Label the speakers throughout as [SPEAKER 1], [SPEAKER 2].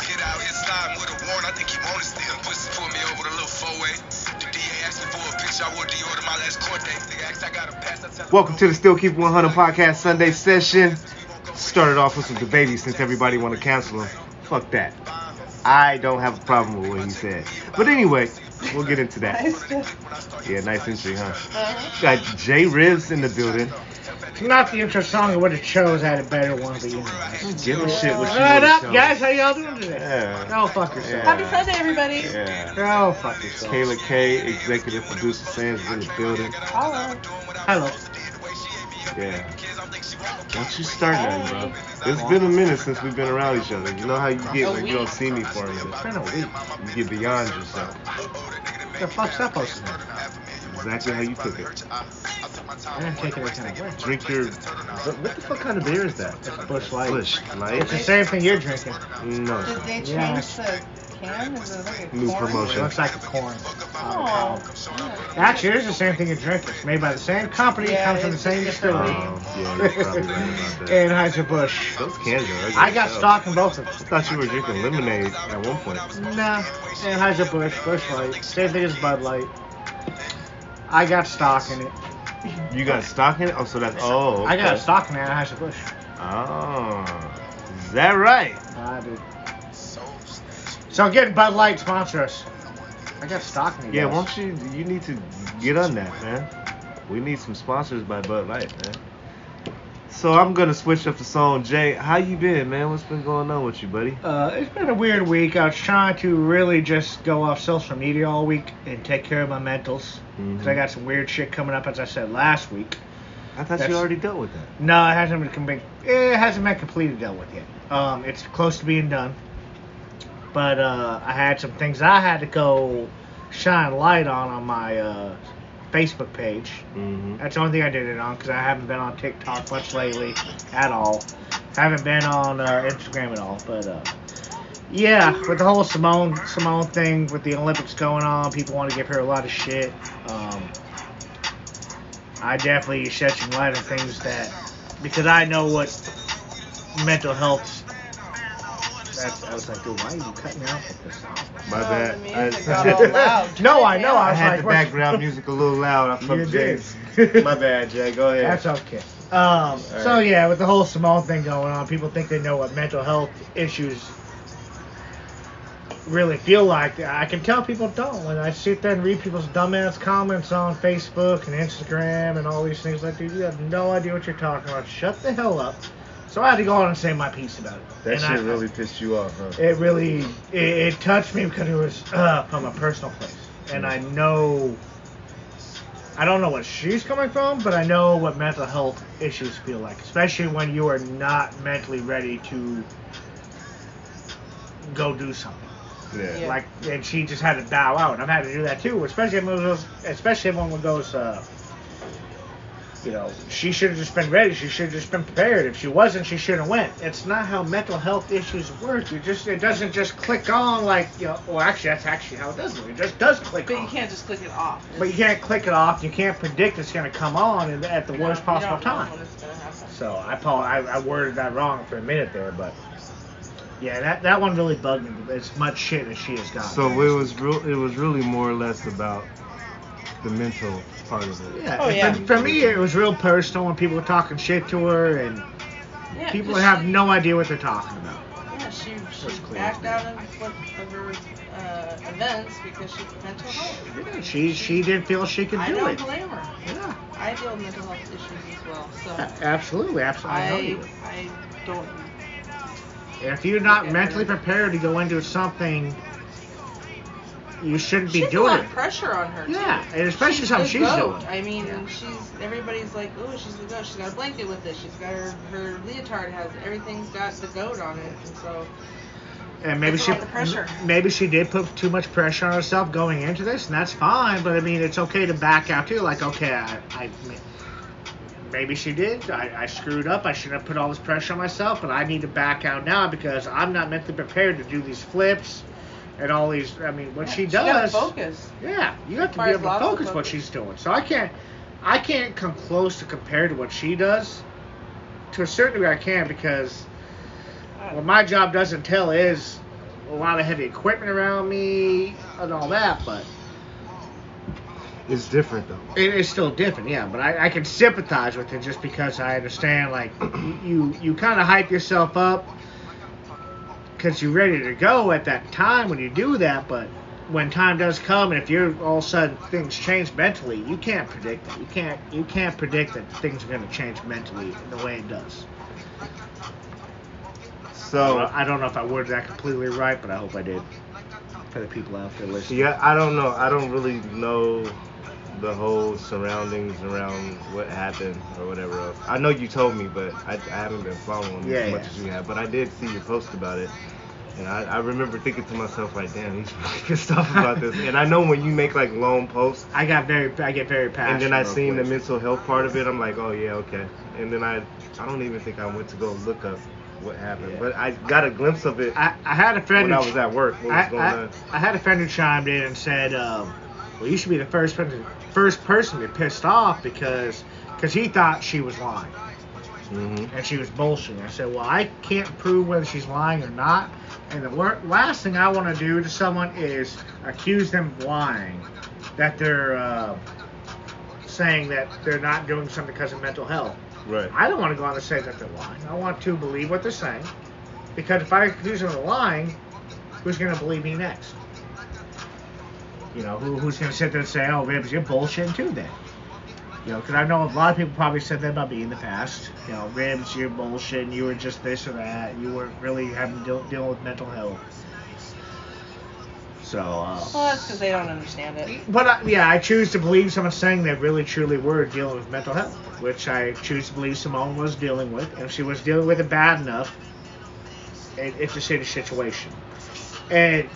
[SPEAKER 1] here sliding with a warrant. I think he wanted still. Pussy pulled me over the little four-way. The DA asked me for a picture. I wore Dior to my last court date. Nigga asked I got a pass. I tell him
[SPEAKER 2] Welcome to the Still Keep 100 podcast Sunday session. Started off with some debating since everybody want to cancel him. Fuck that. I don't have a problem with what he said. But anyway, we'll get into that. Yeah, nice entry, huh? Got Jay Ribs in the building.
[SPEAKER 3] Not the intro song. I would have chose. I had a better one, but you know.
[SPEAKER 2] Give a shit what you
[SPEAKER 3] What up,
[SPEAKER 2] want
[SPEAKER 3] guys? How y'all doing today?
[SPEAKER 2] Yeah.
[SPEAKER 3] Go fuck yourself.
[SPEAKER 2] Yeah.
[SPEAKER 4] Happy Sunday, everybody.
[SPEAKER 2] Yeah.
[SPEAKER 3] Go fuck yourself.
[SPEAKER 2] Kayla K, executive producer, Sands is in the building.
[SPEAKER 4] Hello.
[SPEAKER 3] Hello.
[SPEAKER 2] Yeah. Don't you start nothing, bro. It's been a minute since we've been around each other. You know how you get when you don't see me for a
[SPEAKER 3] Been
[SPEAKER 2] minute.
[SPEAKER 3] a week.
[SPEAKER 2] You get beyond yourself.
[SPEAKER 3] The fuck's up, posting that?
[SPEAKER 2] Exactly how you took it.
[SPEAKER 3] I didn't take it that kind of way.
[SPEAKER 2] Drink your. What, what the fuck kind of beer is that?
[SPEAKER 3] Bush Light.
[SPEAKER 2] Bush
[SPEAKER 3] It's the
[SPEAKER 2] Light?
[SPEAKER 3] same thing you're drinking.
[SPEAKER 2] No.
[SPEAKER 4] Did they change
[SPEAKER 3] Yeah.
[SPEAKER 4] the can? Is it like a
[SPEAKER 2] New
[SPEAKER 4] corn?
[SPEAKER 3] It
[SPEAKER 2] promotion.
[SPEAKER 3] looks like a corn.
[SPEAKER 4] Oh.
[SPEAKER 3] Actually, it is the same thing you're drinking. It's made by the same company. It
[SPEAKER 4] Yeah,
[SPEAKER 3] comes from the
[SPEAKER 4] it's
[SPEAKER 3] same
[SPEAKER 4] just
[SPEAKER 3] distillery.
[SPEAKER 4] different.
[SPEAKER 2] Oh, yeah, you're probably right about that.
[SPEAKER 3] Anheuser Busch.
[SPEAKER 2] Those cans are ugly
[SPEAKER 3] I got
[SPEAKER 2] as hell.
[SPEAKER 3] stock in both of
[SPEAKER 2] I
[SPEAKER 3] them.
[SPEAKER 2] thought you were drinking lemonade at one point.
[SPEAKER 3] Nah, Anheuser Busch, Bush Light. Same thing as Bud Light. I got stock in it.
[SPEAKER 2] You got stock in it? Oh, so that's. Oh.
[SPEAKER 3] I got
[SPEAKER 2] okay.
[SPEAKER 3] stock in Anheuser Busch.
[SPEAKER 2] Oh. Is that right?
[SPEAKER 3] I did. So I'm getting Bud Light sponsor us. I got stock in you
[SPEAKER 2] Yeah,
[SPEAKER 3] guys.
[SPEAKER 2] won't you? You need to get on that, man. We need some sponsors by Bud Light, man. So I'm gonna switch up the song. Jay, how you been, man? What's been going on with you, buddy?
[SPEAKER 3] Uh, it's been a weird week. I was trying to really just go off social media all week and take care of my mentals. Because I
[SPEAKER 2] Mhm.
[SPEAKER 3] got some weird shit coming up, as I said last week.
[SPEAKER 2] I thought
[SPEAKER 3] That's-
[SPEAKER 2] you already dealt with that.
[SPEAKER 3] No, it hasn't been complete. It hasn't been completely dealt with yet. Um, it's close to being done. But uh, I had some things I had to go shine light on on my uh, Facebook page.
[SPEAKER 2] Mm-hmm.
[SPEAKER 3] That's the only thing I did it on because I haven't been on TikTok much lately at all. Haven't been on uh, Instagram at all. But uh, yeah, with the whole Simone Simone thing with the Olympics going on, people want to give her a lot of shit. Um, I definitely shed some light on things that because I know what mental health. That's, I was like, dude, why are you cutting me off with this song?
[SPEAKER 2] My
[SPEAKER 4] Oh,
[SPEAKER 2] bad.
[SPEAKER 4] the
[SPEAKER 2] I-
[SPEAKER 4] music got all loud.
[SPEAKER 3] No, I know. I
[SPEAKER 2] I
[SPEAKER 3] was
[SPEAKER 2] had
[SPEAKER 3] like,
[SPEAKER 2] the
[SPEAKER 3] what-
[SPEAKER 2] background music a little loud. I
[SPEAKER 3] You
[SPEAKER 2] fucked Jay.
[SPEAKER 3] did.
[SPEAKER 2] My bad, Jay. Go ahead.
[SPEAKER 3] That's okay. Um, So
[SPEAKER 2] right.
[SPEAKER 3] yeah, with the whole Simone thing going on, people think they know what mental health issues really feel like. I can tell people don't when I sit there and read people's dumbass comments on Facebook and Instagram and all these things. Like, dude, you have no idea what you're talking about. Shut the hell up. So I had to go on and say my piece about it.
[SPEAKER 2] that
[SPEAKER 3] And
[SPEAKER 2] shit
[SPEAKER 3] I-
[SPEAKER 2] really pissed you off, huh?
[SPEAKER 3] it really it, it touched me because it was uh, from a personal place and i know i don't know what she's coming from but i know what mental health issues feel like especially when you are not mentally ready to go do something
[SPEAKER 4] Yeah.
[SPEAKER 3] like and she just had to bow out and i've had to do that too especially when those especially when one goes uh you know she should have just been ready she should have just been prepared if she wasn't she should have went it's not how mental health issues work you just it doesn't just click on like you know well actually that's actually how it does work it just does click
[SPEAKER 4] But
[SPEAKER 3] on.
[SPEAKER 4] you can't just click it off.
[SPEAKER 3] but you can't click it off you can't predict it's going to come on and at the
[SPEAKER 4] You
[SPEAKER 3] worst
[SPEAKER 4] don't- you
[SPEAKER 3] possible
[SPEAKER 4] don't know
[SPEAKER 3] time
[SPEAKER 4] when it's gonna happen.
[SPEAKER 3] so I, apo- I I worded that wrong for a minute there, but yeah, that, that one really bugged me. As much shit as she has got.
[SPEAKER 2] So it was real. It was really more or less about the mental part of it.
[SPEAKER 3] yeah,
[SPEAKER 4] Oh, yeah.
[SPEAKER 3] For, for me, it was real personal when people were talking shit to her, and
[SPEAKER 4] Yeah,
[SPEAKER 3] people
[SPEAKER 4] 'cause
[SPEAKER 3] have
[SPEAKER 4] she-
[SPEAKER 3] no idea what they're talking about.
[SPEAKER 4] Yeah, she she
[SPEAKER 3] Let's clear
[SPEAKER 4] backed
[SPEAKER 3] this
[SPEAKER 4] out of of her uh, events because she mental health.
[SPEAKER 3] Yeah, she she didn't feel she could
[SPEAKER 4] I
[SPEAKER 3] do
[SPEAKER 4] don't
[SPEAKER 3] it.
[SPEAKER 4] blame her.
[SPEAKER 3] Yeah,
[SPEAKER 4] I deal with mental health issues as well, so
[SPEAKER 3] a- absolutely, absolutely. I know
[SPEAKER 4] I
[SPEAKER 3] you.
[SPEAKER 4] I don't.
[SPEAKER 3] If you're not
[SPEAKER 4] Yeah.
[SPEAKER 3] mentally prepared to go into something, you shouldn't be
[SPEAKER 4] She's a
[SPEAKER 3] doing
[SPEAKER 4] lot
[SPEAKER 3] it.
[SPEAKER 4] of pressure on her.
[SPEAKER 3] Yeah, and especially
[SPEAKER 4] she's
[SPEAKER 3] how
[SPEAKER 4] the
[SPEAKER 3] she's
[SPEAKER 4] goat.
[SPEAKER 3] doing.
[SPEAKER 4] I mean,
[SPEAKER 3] Yeah.
[SPEAKER 4] she's everybody's like, oh, she's the goat. She's got a blanket with it. She's got her her leotard has everything's got the goat on it, and so
[SPEAKER 3] And maybe
[SPEAKER 4] That's a
[SPEAKER 3] she
[SPEAKER 4] lot of pressure.
[SPEAKER 3] m- maybe she did put too much pressure on herself going into this, and that's fine. But I mean, it's okay to back out too. Like, okay, I, I maybe she did. I, I screwed up. I shouldn't have put all this pressure on myself, but I need to back out now because I'm not mentally prepared to do these flips and all these. I mean, what
[SPEAKER 4] yeah,
[SPEAKER 3] she
[SPEAKER 4] gotta
[SPEAKER 3] does.
[SPEAKER 4] focus.
[SPEAKER 3] Yeah, you have to be
[SPEAKER 4] Requires
[SPEAKER 3] able to
[SPEAKER 4] lots of
[SPEAKER 3] focus what
[SPEAKER 4] focus.
[SPEAKER 3] she's doing. So I can't, I can't come close to compare to what she does. To a certain degree, I can because what my job doesn't tell is a lot of heavy equipment around me and all that, but
[SPEAKER 2] It's different though.
[SPEAKER 3] it is still different, yeah. But I, I can sympathize with it just because I understand, like, you you kind of hype yourself up because you're ready to go at that time when you do that, but when time does come and if you're all of a sudden things change mentally, you can't predict it. You can't you can't predict that things are going to change mentally the way it does. So
[SPEAKER 2] So
[SPEAKER 3] I don't know if I worded that completely right, but I hope I did for the people out there listening.
[SPEAKER 2] yeah, I don't know. I don't really know the whole surroundings around what happened or whatever else. I know you told me, but I, I haven't been following
[SPEAKER 3] Yeah,
[SPEAKER 2] as much
[SPEAKER 3] yeah.
[SPEAKER 2] as you have. But I did see your post about it. And I, I remember thinking to myself, like, damn, he's really pissed off about this. And I know when you make like long posts,
[SPEAKER 3] I got very I get very passionate.
[SPEAKER 2] and then I
[SPEAKER 3] real
[SPEAKER 2] seen the
[SPEAKER 3] quick.
[SPEAKER 2] mental health part of it. I'm like, oh yeah, okay. And then I, I don't even think I went to go look up what happened,
[SPEAKER 3] Yeah.
[SPEAKER 2] but I got a glimpse of it
[SPEAKER 3] I, I had a friend
[SPEAKER 2] when
[SPEAKER 3] who
[SPEAKER 2] I was at work. What was
[SPEAKER 3] I,
[SPEAKER 2] going
[SPEAKER 3] I,
[SPEAKER 2] on?
[SPEAKER 3] I had a friend who chimed in and said, um, "Well, you should be the first person, first person to be pissed off because, because he thought she was lying
[SPEAKER 2] Mm-hmm.
[SPEAKER 3] and she was bullshitting." I said, "Well, I can't prove whether she's lying or not, and the wor- last thing I want to do to someone is accuse them of lying, that they're uh, saying that they're not doing something because of mental health.
[SPEAKER 2] Right.
[SPEAKER 3] I don't want to go out and say that they're lying. I want to believe what they're saying, because if I accuse them of lying, who's going to believe me next? You know, who, who's going to sit there and say, "Oh, Ribs, you're bullshitting too"? Then, you know, because I know a lot of people probably said that about me in the past. You know, Ribs, you're bullshitting. You were just this or that. You weren't really having deal, dealing with mental health. So, uh,
[SPEAKER 4] Well, that's because they don't understand it.
[SPEAKER 3] but I, yeah, I choose to believe someone's saying they really truly were dealing with mental health, which I choose to believe Simone was dealing with, and if she was dealing with it bad enough, it, it's a shitty situation. And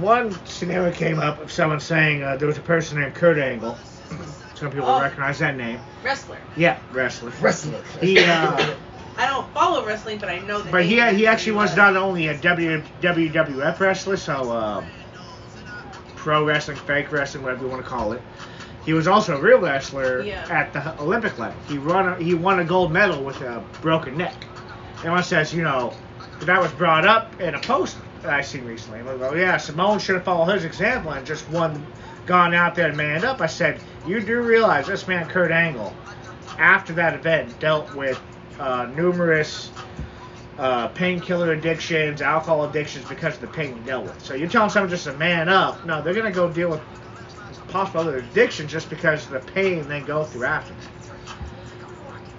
[SPEAKER 3] one scenario came up of someone saying uh, there was a person named Kurt Angle. Some people
[SPEAKER 4] Oh.
[SPEAKER 3] recognize that name.
[SPEAKER 4] Wrestler.
[SPEAKER 3] Yeah, wrestler.
[SPEAKER 5] Wrestler.
[SPEAKER 3] He, uh,
[SPEAKER 4] I don't follow wrestling, but I know that.
[SPEAKER 3] but he he actually was not only a W- WWF wrestler, so um, pro wrestling, fake wrestling, whatever you want to call it. He was also a real wrestler
[SPEAKER 4] Yeah.
[SPEAKER 3] at the Olympic level. He won a, he won a gold medal with a broken neck. And one says, you know, that was brought up in a post that I seen recently. And I go, yeah, Simone should have followed his example and just one gone out there and manned up. I said, you do realize this man Kurt Angle, after that event, dealt with uh, numerous uh, painkiller addictions, alcohol addictions because of the pain we dealt with. So you're telling someone just to man up? No, they're gonna go deal with possible other addiction just because of the pain they go through after.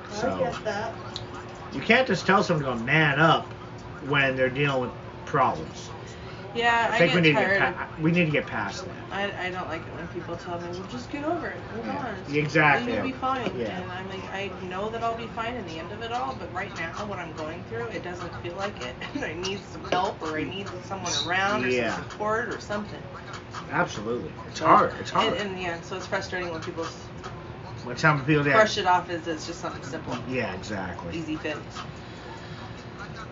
[SPEAKER 4] I
[SPEAKER 3] So
[SPEAKER 4] get that.
[SPEAKER 3] you can't just tell someone to go man up when they're dealing with problems.
[SPEAKER 4] Yeah,
[SPEAKER 3] I,
[SPEAKER 4] I,
[SPEAKER 3] think
[SPEAKER 4] get
[SPEAKER 3] we need to
[SPEAKER 4] tired.
[SPEAKER 3] get
[SPEAKER 4] of-
[SPEAKER 3] pa- we need to get past that.
[SPEAKER 4] I, I don't like it when people tell me, well, just get over it. Move
[SPEAKER 3] Yeah.
[SPEAKER 4] on. It's-
[SPEAKER 3] Exactly.
[SPEAKER 4] You'll be fine.
[SPEAKER 3] Yeah.
[SPEAKER 4] And I'm like, I know that I'll be fine in the end of it all, but right now, what I'm going through, it doesn't feel like it. And I need some help, or I need someone around, or
[SPEAKER 3] Yeah.
[SPEAKER 4] some support, or something.
[SPEAKER 3] Absolutely, it's hard. It's hard.
[SPEAKER 4] And, and yeah, so it's frustrating when people s
[SPEAKER 3] when some people that-
[SPEAKER 4] brush it off as it's just something simple,
[SPEAKER 3] Yeah, exactly.
[SPEAKER 4] easy fix.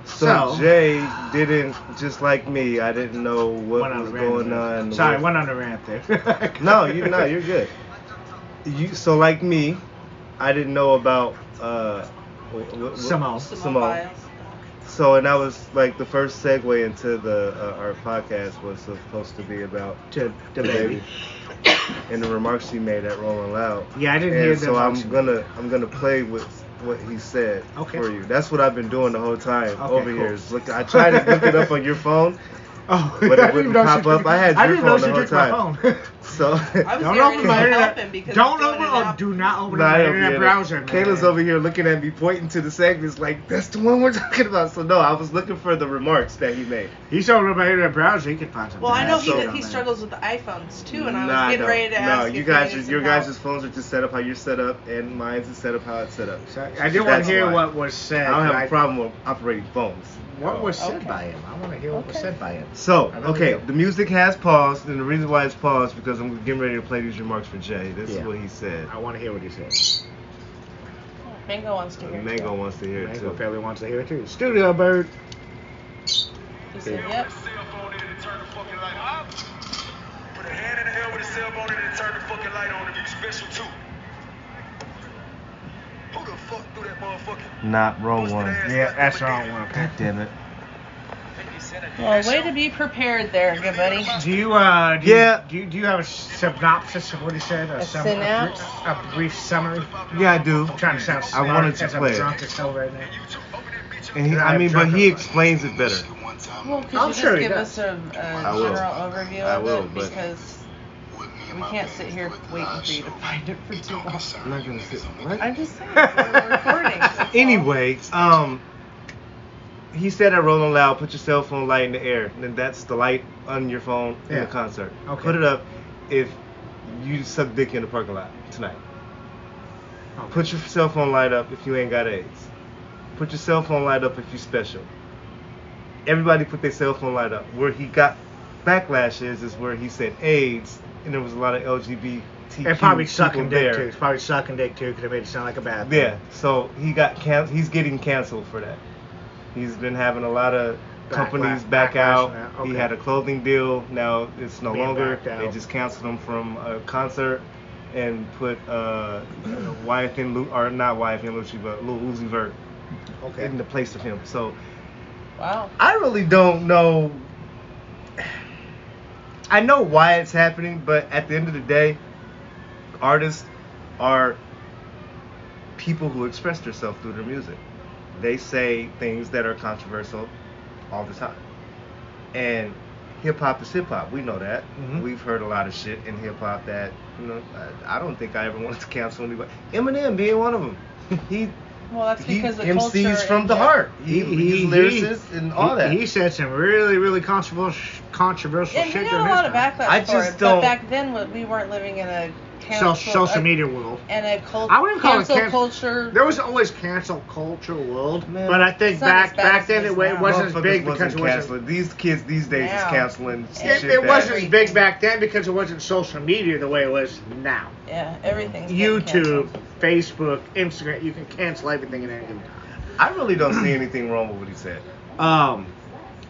[SPEAKER 2] So,
[SPEAKER 3] So-
[SPEAKER 2] Jay didn't just like me. I didn't know what
[SPEAKER 3] Went on
[SPEAKER 2] was
[SPEAKER 3] a rant
[SPEAKER 2] going
[SPEAKER 3] there.
[SPEAKER 2] on.
[SPEAKER 3] Sorry,
[SPEAKER 2] with-
[SPEAKER 3] went on a rant there.
[SPEAKER 2] no, you no, you're good. You so like me, I didn't know about uh, wh- wh- wh-
[SPEAKER 4] Simone
[SPEAKER 3] Simone.
[SPEAKER 2] Simone.
[SPEAKER 4] Biles.
[SPEAKER 2] So and that was like the first segue into the uh, our podcast was supposed to be about
[SPEAKER 3] to
[SPEAKER 2] the
[SPEAKER 3] the baby.
[SPEAKER 2] and the remarks he made at Rolling Loud.
[SPEAKER 3] Yeah, I didn't
[SPEAKER 2] and
[SPEAKER 3] hear
[SPEAKER 2] so
[SPEAKER 3] the
[SPEAKER 2] I'm
[SPEAKER 3] version.
[SPEAKER 2] gonna I'm gonna play with what he said
[SPEAKER 3] Okay.
[SPEAKER 2] for you. That's what I've been doing the whole time
[SPEAKER 3] Okay,
[SPEAKER 2] over
[SPEAKER 3] cool.
[SPEAKER 2] here. Is look, I tried to look it up on your phone,
[SPEAKER 3] Oh,
[SPEAKER 2] But it
[SPEAKER 3] I didn't
[SPEAKER 2] wouldn't
[SPEAKER 3] know she
[SPEAKER 2] pop
[SPEAKER 3] took-
[SPEAKER 2] up. I had
[SPEAKER 3] I
[SPEAKER 2] your
[SPEAKER 3] didn't know
[SPEAKER 2] phone
[SPEAKER 3] she
[SPEAKER 2] the
[SPEAKER 3] took
[SPEAKER 2] whole
[SPEAKER 3] my phone.
[SPEAKER 2] so.
[SPEAKER 4] I was scared
[SPEAKER 3] Don't open my
[SPEAKER 4] to
[SPEAKER 3] internet.
[SPEAKER 4] help him because he's
[SPEAKER 3] don't
[SPEAKER 4] doing
[SPEAKER 3] open.
[SPEAKER 4] it
[SPEAKER 3] Oh,
[SPEAKER 4] now.
[SPEAKER 3] do not open
[SPEAKER 2] Nah, I
[SPEAKER 3] my
[SPEAKER 2] don't
[SPEAKER 3] internet
[SPEAKER 2] get it.
[SPEAKER 3] browser. Man.
[SPEAKER 2] Kayla's over here looking at me, pointing to the segments like that's the one we're talking about. So no, I was looking for the remarks that he made.
[SPEAKER 3] He's over my internet browser. He can find something.
[SPEAKER 4] Well, I know
[SPEAKER 3] else.
[SPEAKER 4] he,
[SPEAKER 2] so-
[SPEAKER 4] he struggles with the iPhones too, and I was
[SPEAKER 2] Nah,
[SPEAKER 4] getting
[SPEAKER 2] no,
[SPEAKER 4] ready
[SPEAKER 2] no,
[SPEAKER 4] to ask.
[SPEAKER 2] you
[SPEAKER 4] if
[SPEAKER 2] guys,
[SPEAKER 4] he needed
[SPEAKER 2] just,
[SPEAKER 4] some
[SPEAKER 2] your guys'
[SPEAKER 4] help.
[SPEAKER 2] phones are just set up how you're set up, and mine's is set up how it's set up.
[SPEAKER 3] So, I did want
[SPEAKER 2] That's
[SPEAKER 3] to hear
[SPEAKER 2] why.
[SPEAKER 3] what was said.
[SPEAKER 2] I don't have
[SPEAKER 3] but
[SPEAKER 2] a problem with operating phones.
[SPEAKER 3] What was said
[SPEAKER 4] Okay.
[SPEAKER 3] by him? I want to hear what was said by him.
[SPEAKER 2] So,
[SPEAKER 3] I really
[SPEAKER 2] okay,
[SPEAKER 3] do.
[SPEAKER 2] the music has paused, and the reason why it's paused because I'm getting ready to play these remarks for Jay. This is
[SPEAKER 3] Yeah.
[SPEAKER 2] what he said.
[SPEAKER 3] I want to hear what he said.
[SPEAKER 4] Mango wants to hear. it.
[SPEAKER 2] Mango wants to hear it
[SPEAKER 3] Mango
[SPEAKER 2] too.
[SPEAKER 3] family wants to hear it too. Studio bird.
[SPEAKER 4] He said, "Yep."
[SPEAKER 1] Put a hand in the air with a cell phone in it and turn the fucking light on if you special too. Who the fuck threw that motherfucking
[SPEAKER 2] Not roll
[SPEAKER 1] Busted
[SPEAKER 2] one.
[SPEAKER 1] ass.
[SPEAKER 3] Yeah, that's the wrong one. Okay.
[SPEAKER 2] God damn it.
[SPEAKER 1] He said it
[SPEAKER 4] Well, way to be prepared there, good buddy.
[SPEAKER 3] Do you, uh, do
[SPEAKER 2] Yeah.
[SPEAKER 3] You, do, you, do you have a synopsis of what he said? A,
[SPEAKER 4] A
[SPEAKER 3] sum-
[SPEAKER 4] synapse?
[SPEAKER 3] A, br- a brief summary?
[SPEAKER 2] Yeah, I do.
[SPEAKER 3] I'm trying to sound
[SPEAKER 2] I
[SPEAKER 3] smart
[SPEAKER 2] wanted to
[SPEAKER 3] as I'm
[SPEAKER 2] play
[SPEAKER 3] drunk
[SPEAKER 2] it.
[SPEAKER 3] as hell right now.
[SPEAKER 2] And he, I mean, but he explains it better.
[SPEAKER 4] Well, could you
[SPEAKER 3] I'm
[SPEAKER 4] just
[SPEAKER 3] sure he
[SPEAKER 4] give us
[SPEAKER 3] does.
[SPEAKER 4] a, a general
[SPEAKER 2] will.
[SPEAKER 4] overview
[SPEAKER 2] I
[SPEAKER 4] of
[SPEAKER 2] will,
[SPEAKER 4] it?
[SPEAKER 2] but-
[SPEAKER 4] Because we can't sit here waiting for you to find it for too long.
[SPEAKER 2] I'm not gonna sit. What?
[SPEAKER 4] I'm just saying, we're recording. that's all.
[SPEAKER 2] anyway, um, he said at Rolling Loud, put your cell phone light in the air, and then that's the light on your phone in
[SPEAKER 3] Yeah.
[SPEAKER 2] the concert.
[SPEAKER 3] Okay.
[SPEAKER 2] Put it up if you suck dick in the parking lot tonight.
[SPEAKER 3] Oh.
[SPEAKER 2] Put your cell phone light up if you ain't got AIDS. Put your cell phone light up if you special. Everybody put their cell phone light up. Where he got backlash is is where he said AIDS, and there was a lot of LGBT.
[SPEAKER 3] It probably sucking
[SPEAKER 2] people
[SPEAKER 3] dick
[SPEAKER 2] there.
[SPEAKER 3] too. It's probably sucking dick too because it made it sound like a bad thing.
[SPEAKER 2] Yeah, so he got can- he's getting canceled for that. He's been having a lot of companies
[SPEAKER 3] Backlash-
[SPEAKER 2] back
[SPEAKER 3] backlash
[SPEAKER 2] out.
[SPEAKER 3] on that,
[SPEAKER 2] He
[SPEAKER 3] okay.
[SPEAKER 2] had a clothing deal. Now it's no
[SPEAKER 3] Being
[SPEAKER 2] longer.
[SPEAKER 3] backed
[SPEAKER 2] They
[SPEAKER 3] out.
[SPEAKER 2] just canceled him from a concert and put uh, Wyatt and Lu- or not Wyatt and Lucci, but Lil Uzi Vert
[SPEAKER 3] Okay.
[SPEAKER 2] in the place of him. So
[SPEAKER 4] Wow.
[SPEAKER 2] I really don't know. I know why it's happening, but at the end of the day, artists are people who express themselves through their music. They say things that are controversial all the time. And hip hop is hip hop. We know that.
[SPEAKER 3] Mhm.
[SPEAKER 2] We've heard a lot of shit in hip hop that, you know, I, I don't think I ever wanted to cancel anybody. Eminem being one of them. he
[SPEAKER 4] Well, that's
[SPEAKER 2] he
[SPEAKER 4] because the culture.
[SPEAKER 2] MCs from
[SPEAKER 4] and
[SPEAKER 2] the heart. He,
[SPEAKER 3] He-
[SPEAKER 2] he's
[SPEAKER 3] he-
[SPEAKER 2] lyricist and all
[SPEAKER 3] he,
[SPEAKER 2] that.
[SPEAKER 3] He said some really, really controversial, controversial
[SPEAKER 4] And
[SPEAKER 3] shit.
[SPEAKER 4] we got
[SPEAKER 3] during
[SPEAKER 4] a
[SPEAKER 3] his
[SPEAKER 4] lot of
[SPEAKER 3] time.
[SPEAKER 4] backlash
[SPEAKER 2] I
[SPEAKER 4] for
[SPEAKER 2] just
[SPEAKER 4] it,
[SPEAKER 2] don't-
[SPEAKER 4] but back then we- we weren't living in a
[SPEAKER 3] So,
[SPEAKER 4] cancel, uh,
[SPEAKER 3] social
[SPEAKER 4] a-
[SPEAKER 3] media world.
[SPEAKER 4] and a cult,
[SPEAKER 3] I wouldn't call it
[SPEAKER 4] cancel
[SPEAKER 3] canc-
[SPEAKER 4] culture.
[SPEAKER 3] There was always cancel culture world,
[SPEAKER 2] Man.
[SPEAKER 3] but I think
[SPEAKER 4] It's not as
[SPEAKER 3] back
[SPEAKER 4] bad
[SPEAKER 3] back
[SPEAKER 4] as
[SPEAKER 3] then
[SPEAKER 4] it
[SPEAKER 3] it,
[SPEAKER 4] is
[SPEAKER 3] wa-
[SPEAKER 4] now.
[SPEAKER 3] it wasn't as
[SPEAKER 2] Motherfuckers
[SPEAKER 3] big
[SPEAKER 2] wasn't
[SPEAKER 3] because it wasn't.
[SPEAKER 2] canceling. These kids these days is
[SPEAKER 4] Now.
[SPEAKER 2] canceling. some
[SPEAKER 4] It-
[SPEAKER 3] It,
[SPEAKER 2] shit
[SPEAKER 3] it
[SPEAKER 2] that-
[SPEAKER 3] wasn't as big
[SPEAKER 4] Everything.
[SPEAKER 3] back then because it wasn't social media the way it was now.
[SPEAKER 4] yeah, everything's been
[SPEAKER 3] YouTube,
[SPEAKER 4] canceled.
[SPEAKER 3] Facebook, Instagram, you can cancel everything at any time.
[SPEAKER 2] I really don't see anything wrong with what he said.
[SPEAKER 3] Um,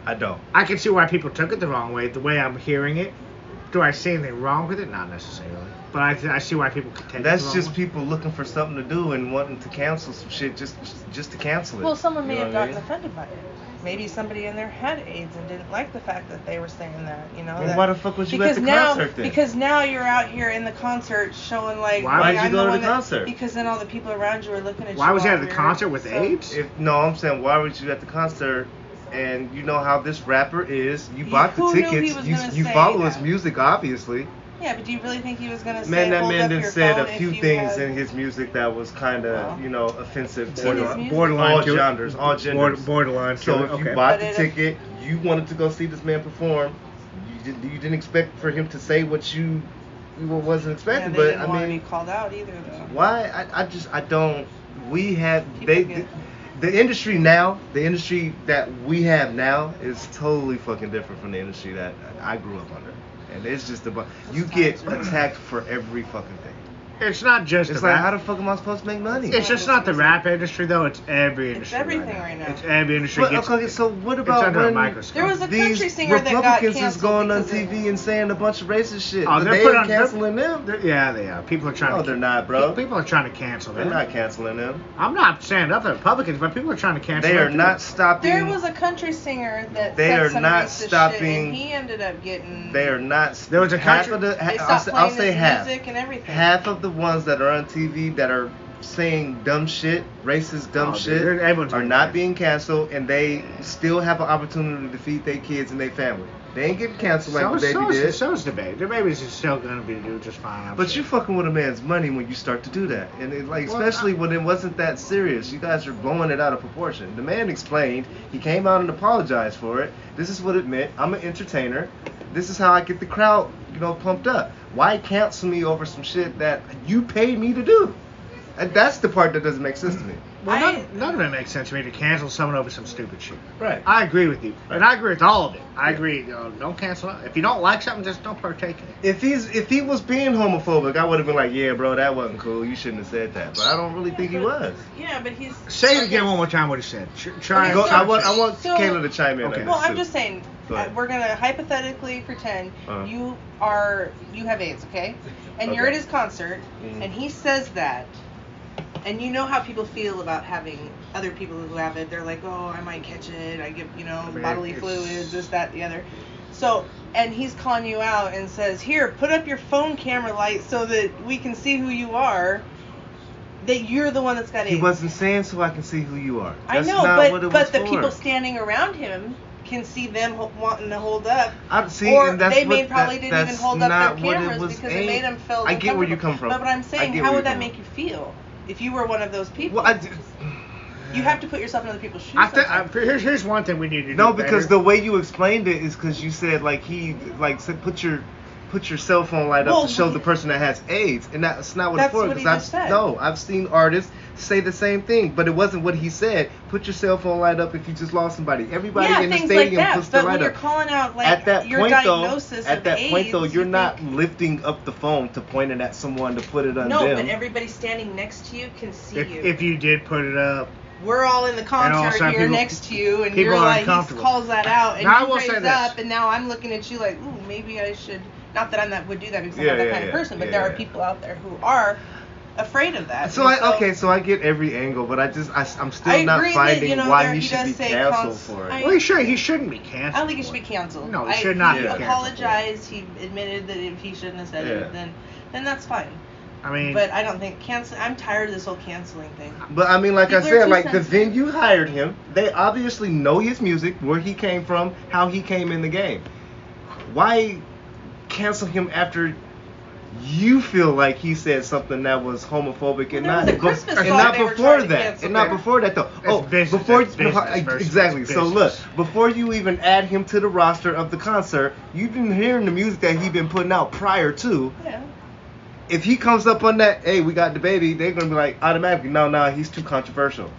[SPEAKER 2] I don't.
[SPEAKER 3] I can see why people took it the wrong way. The way I'm hearing it, do I see anything wrong with it? Not necessarily, but I, I see why people could take it. the
[SPEAKER 2] That's
[SPEAKER 3] wrong
[SPEAKER 2] just
[SPEAKER 3] way.
[SPEAKER 2] people looking for something to do and wanting to cancel some shit just just to cancel it.
[SPEAKER 4] Well, someone may
[SPEAKER 2] You know
[SPEAKER 4] have
[SPEAKER 2] what I
[SPEAKER 4] gotten
[SPEAKER 2] mean?
[SPEAKER 4] offended by it. Maybe somebody in there had AIDS and didn't like the fact that they were saying that. You know.
[SPEAKER 2] Then
[SPEAKER 4] that-
[SPEAKER 2] why the fuck was you at
[SPEAKER 4] because
[SPEAKER 2] the
[SPEAKER 4] now,
[SPEAKER 2] concert then?
[SPEAKER 4] Because now you're out here in the concert showing like.
[SPEAKER 3] Why
[SPEAKER 4] like,
[SPEAKER 3] would you
[SPEAKER 4] I'm
[SPEAKER 2] go to
[SPEAKER 4] one
[SPEAKER 2] the
[SPEAKER 4] that-
[SPEAKER 2] concert?
[SPEAKER 4] Because then all the people around you are looking at you.
[SPEAKER 3] Why was
[SPEAKER 4] all
[SPEAKER 3] you at the
[SPEAKER 4] weird,
[SPEAKER 3] concert with
[SPEAKER 4] so-
[SPEAKER 3] AIDS?
[SPEAKER 2] If no, I'm saying why were you at the concert? And you know how this rapper is. You
[SPEAKER 4] You-
[SPEAKER 2] bought the
[SPEAKER 4] who knew he
[SPEAKER 2] tickets.
[SPEAKER 4] was
[SPEAKER 2] You,
[SPEAKER 4] gonna
[SPEAKER 2] you
[SPEAKER 4] say
[SPEAKER 2] follow his
[SPEAKER 4] that?
[SPEAKER 2] music, obviously.
[SPEAKER 4] Yeah, but do you really think he was gonna say?
[SPEAKER 2] Man, that
[SPEAKER 4] "Hold
[SPEAKER 2] man
[SPEAKER 4] up
[SPEAKER 2] done
[SPEAKER 4] your
[SPEAKER 2] said a
[SPEAKER 4] phone if
[SPEAKER 2] few
[SPEAKER 4] you
[SPEAKER 2] things
[SPEAKER 4] have-"
[SPEAKER 2] in his music that was kind of,
[SPEAKER 4] Well.
[SPEAKER 2] you know, offensive.
[SPEAKER 4] It's in his
[SPEAKER 2] borderline,
[SPEAKER 4] music.
[SPEAKER 2] borderline all
[SPEAKER 3] killer-
[SPEAKER 2] genders, all genders.
[SPEAKER 3] Border, borderline.
[SPEAKER 2] So
[SPEAKER 3] killer,
[SPEAKER 2] if
[SPEAKER 3] okay.
[SPEAKER 2] you bought
[SPEAKER 4] But
[SPEAKER 2] the
[SPEAKER 4] it-
[SPEAKER 2] ticket, you wanted to go see this man perform. You, did, you didn't expect for him to say what you you wasn't
[SPEAKER 4] Yeah,
[SPEAKER 2] expecting.
[SPEAKER 4] they
[SPEAKER 2] but
[SPEAKER 4] didn't
[SPEAKER 2] I
[SPEAKER 4] want
[SPEAKER 2] mean,
[SPEAKER 4] to be called out either though.
[SPEAKER 2] why? I, I just I don't. We have
[SPEAKER 4] People
[SPEAKER 2] they.
[SPEAKER 4] get-
[SPEAKER 2] The industry now, the industry that we have now is totally fucking different from the industry that I grew up under. And it's just about you get attacked for every fucking thing.
[SPEAKER 3] it's not just
[SPEAKER 2] It's
[SPEAKER 3] the
[SPEAKER 2] like
[SPEAKER 3] rap-
[SPEAKER 2] how the fuck am I supposed to make money?
[SPEAKER 3] It's just not the rap industry though. It's every
[SPEAKER 4] It's
[SPEAKER 3] industry.
[SPEAKER 4] everything right now.
[SPEAKER 3] It's every industry.
[SPEAKER 2] But,
[SPEAKER 3] gets,
[SPEAKER 2] okay, so what
[SPEAKER 3] it's
[SPEAKER 2] about
[SPEAKER 3] under a
[SPEAKER 2] when
[SPEAKER 3] microscope.
[SPEAKER 4] There was a
[SPEAKER 2] these
[SPEAKER 4] country singer that got
[SPEAKER 2] Republicans is
[SPEAKER 4] canceled
[SPEAKER 2] going on
[SPEAKER 4] because of-
[SPEAKER 2] TV and saying a bunch of racist shit.
[SPEAKER 3] Oh,
[SPEAKER 2] but
[SPEAKER 3] they're
[SPEAKER 2] they
[SPEAKER 3] put
[SPEAKER 2] ain't
[SPEAKER 3] on- they're-
[SPEAKER 2] canceling them.
[SPEAKER 3] They're- yeah, they are. People are trying
[SPEAKER 2] No,
[SPEAKER 3] to.
[SPEAKER 2] they're not, bro.
[SPEAKER 3] People are trying to cancel
[SPEAKER 2] They're
[SPEAKER 3] them.
[SPEAKER 2] not canceling them.
[SPEAKER 3] I'm not standing up for Republicans, but people are trying to cancel.
[SPEAKER 2] They
[SPEAKER 3] them
[SPEAKER 2] are
[SPEAKER 3] too.
[SPEAKER 2] not stopping.
[SPEAKER 4] There was a country singer that
[SPEAKER 2] They
[SPEAKER 4] said
[SPEAKER 2] are
[SPEAKER 4] some
[SPEAKER 2] not
[SPEAKER 4] racist Shit,
[SPEAKER 2] stopping-
[SPEAKER 4] and he ended up getting.
[SPEAKER 2] They are not.
[SPEAKER 3] There was a
[SPEAKER 2] half
[SPEAKER 3] country-
[SPEAKER 2] of the. ha-
[SPEAKER 4] They
[SPEAKER 2] I'll
[SPEAKER 4] stopped
[SPEAKER 2] say,
[SPEAKER 4] playing
[SPEAKER 2] I'll say
[SPEAKER 4] his
[SPEAKER 2] half.
[SPEAKER 4] music and everything.
[SPEAKER 2] Half of the ones that are on TV that are saying dumb shit, racist dumb
[SPEAKER 3] Oh, dude,
[SPEAKER 2] shit,
[SPEAKER 3] they're- everyone's
[SPEAKER 2] are
[SPEAKER 3] being
[SPEAKER 2] not
[SPEAKER 3] canceled.
[SPEAKER 2] being canceled, and they still have an opportunity to feed their kids and their family. They ain't getting canceled like
[SPEAKER 3] So,
[SPEAKER 2] the baby
[SPEAKER 3] so,
[SPEAKER 2] did.
[SPEAKER 3] is- so is the baby. The baby's just still gonna be do just fine. I'm
[SPEAKER 2] But
[SPEAKER 3] sure.
[SPEAKER 2] you fucking with a man's money when you start to do that, and it, like
[SPEAKER 3] Well,
[SPEAKER 2] especially
[SPEAKER 3] I-
[SPEAKER 2] when it wasn't that serious. You guys are blowing it out of proportion. The man explained. He came out and apologized for it. This is what it meant. I'm an entertainer. This is how I get the crowd, you know, pumped up. Why cancel me over some shit that you paid me to do? And that's the part that doesn't make sense to me.
[SPEAKER 3] Well,
[SPEAKER 4] I-
[SPEAKER 3] none, none of it makes sense to me to cancel someone over some stupid shit.
[SPEAKER 2] Right.
[SPEAKER 3] I agree with you, and I agree with all of it. I agree. You know, don't cancel it. If you don't like something, just don't partake in it.
[SPEAKER 2] If he's if he was being homophobic, I would have been like, yeah, bro, that wasn't cool. You shouldn't have said that. But I don't really think he was.
[SPEAKER 4] Yeah, but he's.
[SPEAKER 3] Say it
[SPEAKER 4] okay.
[SPEAKER 3] again one more time. What he said. Ch-
[SPEAKER 4] Okay,
[SPEAKER 3] Try.
[SPEAKER 2] Go,
[SPEAKER 3] and-
[SPEAKER 4] so-
[SPEAKER 2] I want I want
[SPEAKER 4] So-
[SPEAKER 2] Kayla to chime in. on
[SPEAKER 3] Okay.
[SPEAKER 2] this,
[SPEAKER 4] Well, I'm
[SPEAKER 2] too.
[SPEAKER 4] just saying,
[SPEAKER 2] Go ahead.
[SPEAKER 4] uh, we're gonna hypothetically pretend
[SPEAKER 2] Uh-huh.
[SPEAKER 4] you are you have AIDS, okay? And you're at
[SPEAKER 2] Okay.
[SPEAKER 4] his concert,
[SPEAKER 2] Mhm.
[SPEAKER 4] and he says that, And you know how people feel about having other people who have it. They're like, oh, I might catch it. I give, you know,
[SPEAKER 3] I mean,
[SPEAKER 4] bodily
[SPEAKER 3] it's-
[SPEAKER 4] fluids, this, that, the other. So, and he's calling you out and says, here, put up your phone camera light so that we can see who you are. That you're the one that's got
[SPEAKER 2] He
[SPEAKER 4] AIDS.
[SPEAKER 2] wasn't saying so I can see who you are.
[SPEAKER 4] I
[SPEAKER 2] That's
[SPEAKER 4] know,
[SPEAKER 2] not
[SPEAKER 4] but
[SPEAKER 2] what it
[SPEAKER 4] but
[SPEAKER 2] was
[SPEAKER 4] the
[SPEAKER 2] for.
[SPEAKER 4] people standing around him can see them ho- wanting to hold up.
[SPEAKER 2] I, see,
[SPEAKER 4] or
[SPEAKER 2] and that's
[SPEAKER 4] they
[SPEAKER 2] what,
[SPEAKER 4] may probably
[SPEAKER 2] that,
[SPEAKER 4] didn't even
[SPEAKER 2] that's
[SPEAKER 4] hold up
[SPEAKER 2] not
[SPEAKER 4] their
[SPEAKER 2] what it
[SPEAKER 4] cameras
[SPEAKER 2] was
[SPEAKER 4] because it
[SPEAKER 2] aimed-
[SPEAKER 4] made them feel.
[SPEAKER 2] I get where you come from.
[SPEAKER 4] uncomfortable. But what I'm
[SPEAKER 2] I
[SPEAKER 4] saying,
[SPEAKER 2] get
[SPEAKER 4] how
[SPEAKER 2] where
[SPEAKER 4] would
[SPEAKER 2] you're
[SPEAKER 4] that
[SPEAKER 2] coming
[SPEAKER 4] make you feel if you were one of those people?
[SPEAKER 2] Well, I, d-
[SPEAKER 4] you have to put yourself in other people's shoes.
[SPEAKER 3] I think I,
[SPEAKER 4] sometimes.
[SPEAKER 3] here's here's one thing we need to do.
[SPEAKER 2] no, because
[SPEAKER 3] better.
[SPEAKER 2] the way you explained it is because you said like he like said put your put your cell phone light up
[SPEAKER 4] Well,
[SPEAKER 2] to show
[SPEAKER 4] we-
[SPEAKER 2] the person that has AIDS, and that's not what
[SPEAKER 4] That's
[SPEAKER 2] it's for.
[SPEAKER 4] what he
[SPEAKER 2] I've
[SPEAKER 4] just said.
[SPEAKER 2] no, I've seen artists say the same thing, but it wasn't what he said. Put your cell phone light up if you just lost somebody. Everybody
[SPEAKER 4] yeah,
[SPEAKER 2] in the
[SPEAKER 4] things
[SPEAKER 2] stadium
[SPEAKER 4] like that.
[SPEAKER 2] puts the
[SPEAKER 4] But
[SPEAKER 2] light
[SPEAKER 4] when you're
[SPEAKER 2] up.
[SPEAKER 4] calling out like
[SPEAKER 2] at that
[SPEAKER 4] your
[SPEAKER 2] point though,
[SPEAKER 4] diagnosis
[SPEAKER 2] at
[SPEAKER 4] of
[SPEAKER 2] that point though,
[SPEAKER 4] AIDS,
[SPEAKER 2] you're
[SPEAKER 4] you
[SPEAKER 2] not
[SPEAKER 4] think-
[SPEAKER 2] lifting up the phone to point it at someone to put it on
[SPEAKER 4] No,
[SPEAKER 2] them.
[SPEAKER 4] but everybody standing next to you can see
[SPEAKER 3] if,
[SPEAKER 4] you.
[SPEAKER 3] if you did put it up,
[SPEAKER 4] We're all in the
[SPEAKER 3] all of a
[SPEAKER 4] concert
[SPEAKER 3] sudden
[SPEAKER 4] here
[SPEAKER 3] people-
[SPEAKER 4] next to you, and
[SPEAKER 3] people
[SPEAKER 4] you're
[SPEAKER 3] are
[SPEAKER 4] like, he
[SPEAKER 3] uncomfortable.
[SPEAKER 4] calls that out, and
[SPEAKER 3] Now, I
[SPEAKER 4] you
[SPEAKER 3] will say
[SPEAKER 4] raise
[SPEAKER 3] this.
[SPEAKER 4] up, and now I'm looking at you like, ooh, maybe I should. Not that I'm that would do that because I'm
[SPEAKER 2] Yeah,
[SPEAKER 4] not that
[SPEAKER 2] yeah,
[SPEAKER 4] kind of
[SPEAKER 2] yeah,
[SPEAKER 4] person, but
[SPEAKER 2] yeah,
[SPEAKER 4] there are
[SPEAKER 2] yeah.
[SPEAKER 4] people out there who are afraid of that.
[SPEAKER 2] So
[SPEAKER 4] And
[SPEAKER 2] I okay, so I get every angle, but I just I, am still
[SPEAKER 4] I
[SPEAKER 2] not
[SPEAKER 4] agree that,
[SPEAKER 2] finding
[SPEAKER 4] you know,
[SPEAKER 2] why
[SPEAKER 4] there-
[SPEAKER 2] he
[SPEAKER 4] he
[SPEAKER 2] should
[SPEAKER 4] does
[SPEAKER 2] be
[SPEAKER 4] say
[SPEAKER 2] canceled
[SPEAKER 4] cons-
[SPEAKER 2] for it.
[SPEAKER 4] I-
[SPEAKER 3] well, he sure he shouldn't be canceled.
[SPEAKER 4] I don't think he should be canceled.
[SPEAKER 3] No, he
[SPEAKER 4] I-
[SPEAKER 3] should not
[SPEAKER 4] He
[SPEAKER 2] be canceled.
[SPEAKER 4] apologized. He admitted that if he shouldn't have said
[SPEAKER 2] Yeah.
[SPEAKER 4] it, then then that's fine.
[SPEAKER 3] I mean,
[SPEAKER 4] But I don't think cancel. I'm tired of this whole canceling thing.
[SPEAKER 2] But I mean, like I
[SPEAKER 4] People are
[SPEAKER 2] said,
[SPEAKER 4] too
[SPEAKER 2] like the
[SPEAKER 4] sensitive.
[SPEAKER 2] venue hired him. They obviously know his music, where he came from, how he came in the game. Why cancel him after you feel like he said something that was homophobic and
[SPEAKER 4] Well,
[SPEAKER 2] not
[SPEAKER 4] there was a
[SPEAKER 2] bef-
[SPEAKER 4] Christmas
[SPEAKER 2] and
[SPEAKER 4] song
[SPEAKER 2] not
[SPEAKER 4] they were
[SPEAKER 2] before
[SPEAKER 4] trying to
[SPEAKER 2] that
[SPEAKER 4] cancel
[SPEAKER 2] and not
[SPEAKER 4] there.
[SPEAKER 2] before that though
[SPEAKER 3] That's
[SPEAKER 2] oh
[SPEAKER 3] business,
[SPEAKER 2] before
[SPEAKER 3] that's business versus
[SPEAKER 2] exactly so look
[SPEAKER 3] business.
[SPEAKER 2] before you even add him to the roster of the concert you've been hearing the music that he's been putting out prior to
[SPEAKER 4] Yeah.
[SPEAKER 2] if he comes up on that, hey, we got the baby, they're gonna be like automatically, no, no, he's too controversial.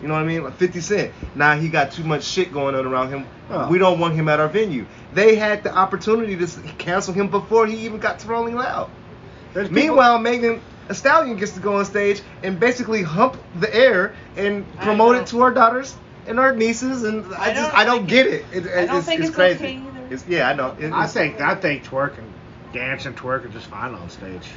[SPEAKER 2] You know what I mean? Like 50 Cent. Now he got too much shit going on around him.
[SPEAKER 3] Oh.
[SPEAKER 2] We don't want him at our venue. They had the opportunity to s- cancel him before he even got to Rolling Loud.
[SPEAKER 3] there's people-
[SPEAKER 2] Meanwhile, Megan a Stallion gets to go on stage and basically hump the air and
[SPEAKER 4] I
[SPEAKER 2] promote it
[SPEAKER 4] don't-
[SPEAKER 2] to our daughters and our nieces, and I,
[SPEAKER 4] I
[SPEAKER 2] just
[SPEAKER 4] don't
[SPEAKER 2] I don't
[SPEAKER 4] think
[SPEAKER 2] get it. It-
[SPEAKER 4] it- I don't
[SPEAKER 2] it's,
[SPEAKER 4] think
[SPEAKER 2] it's
[SPEAKER 4] it's
[SPEAKER 2] crazy.
[SPEAKER 4] okay either.
[SPEAKER 2] It's, yeah, I know. It-
[SPEAKER 3] I
[SPEAKER 2] it's-
[SPEAKER 3] think I think twerking, dancing, twerking, just fine on stage.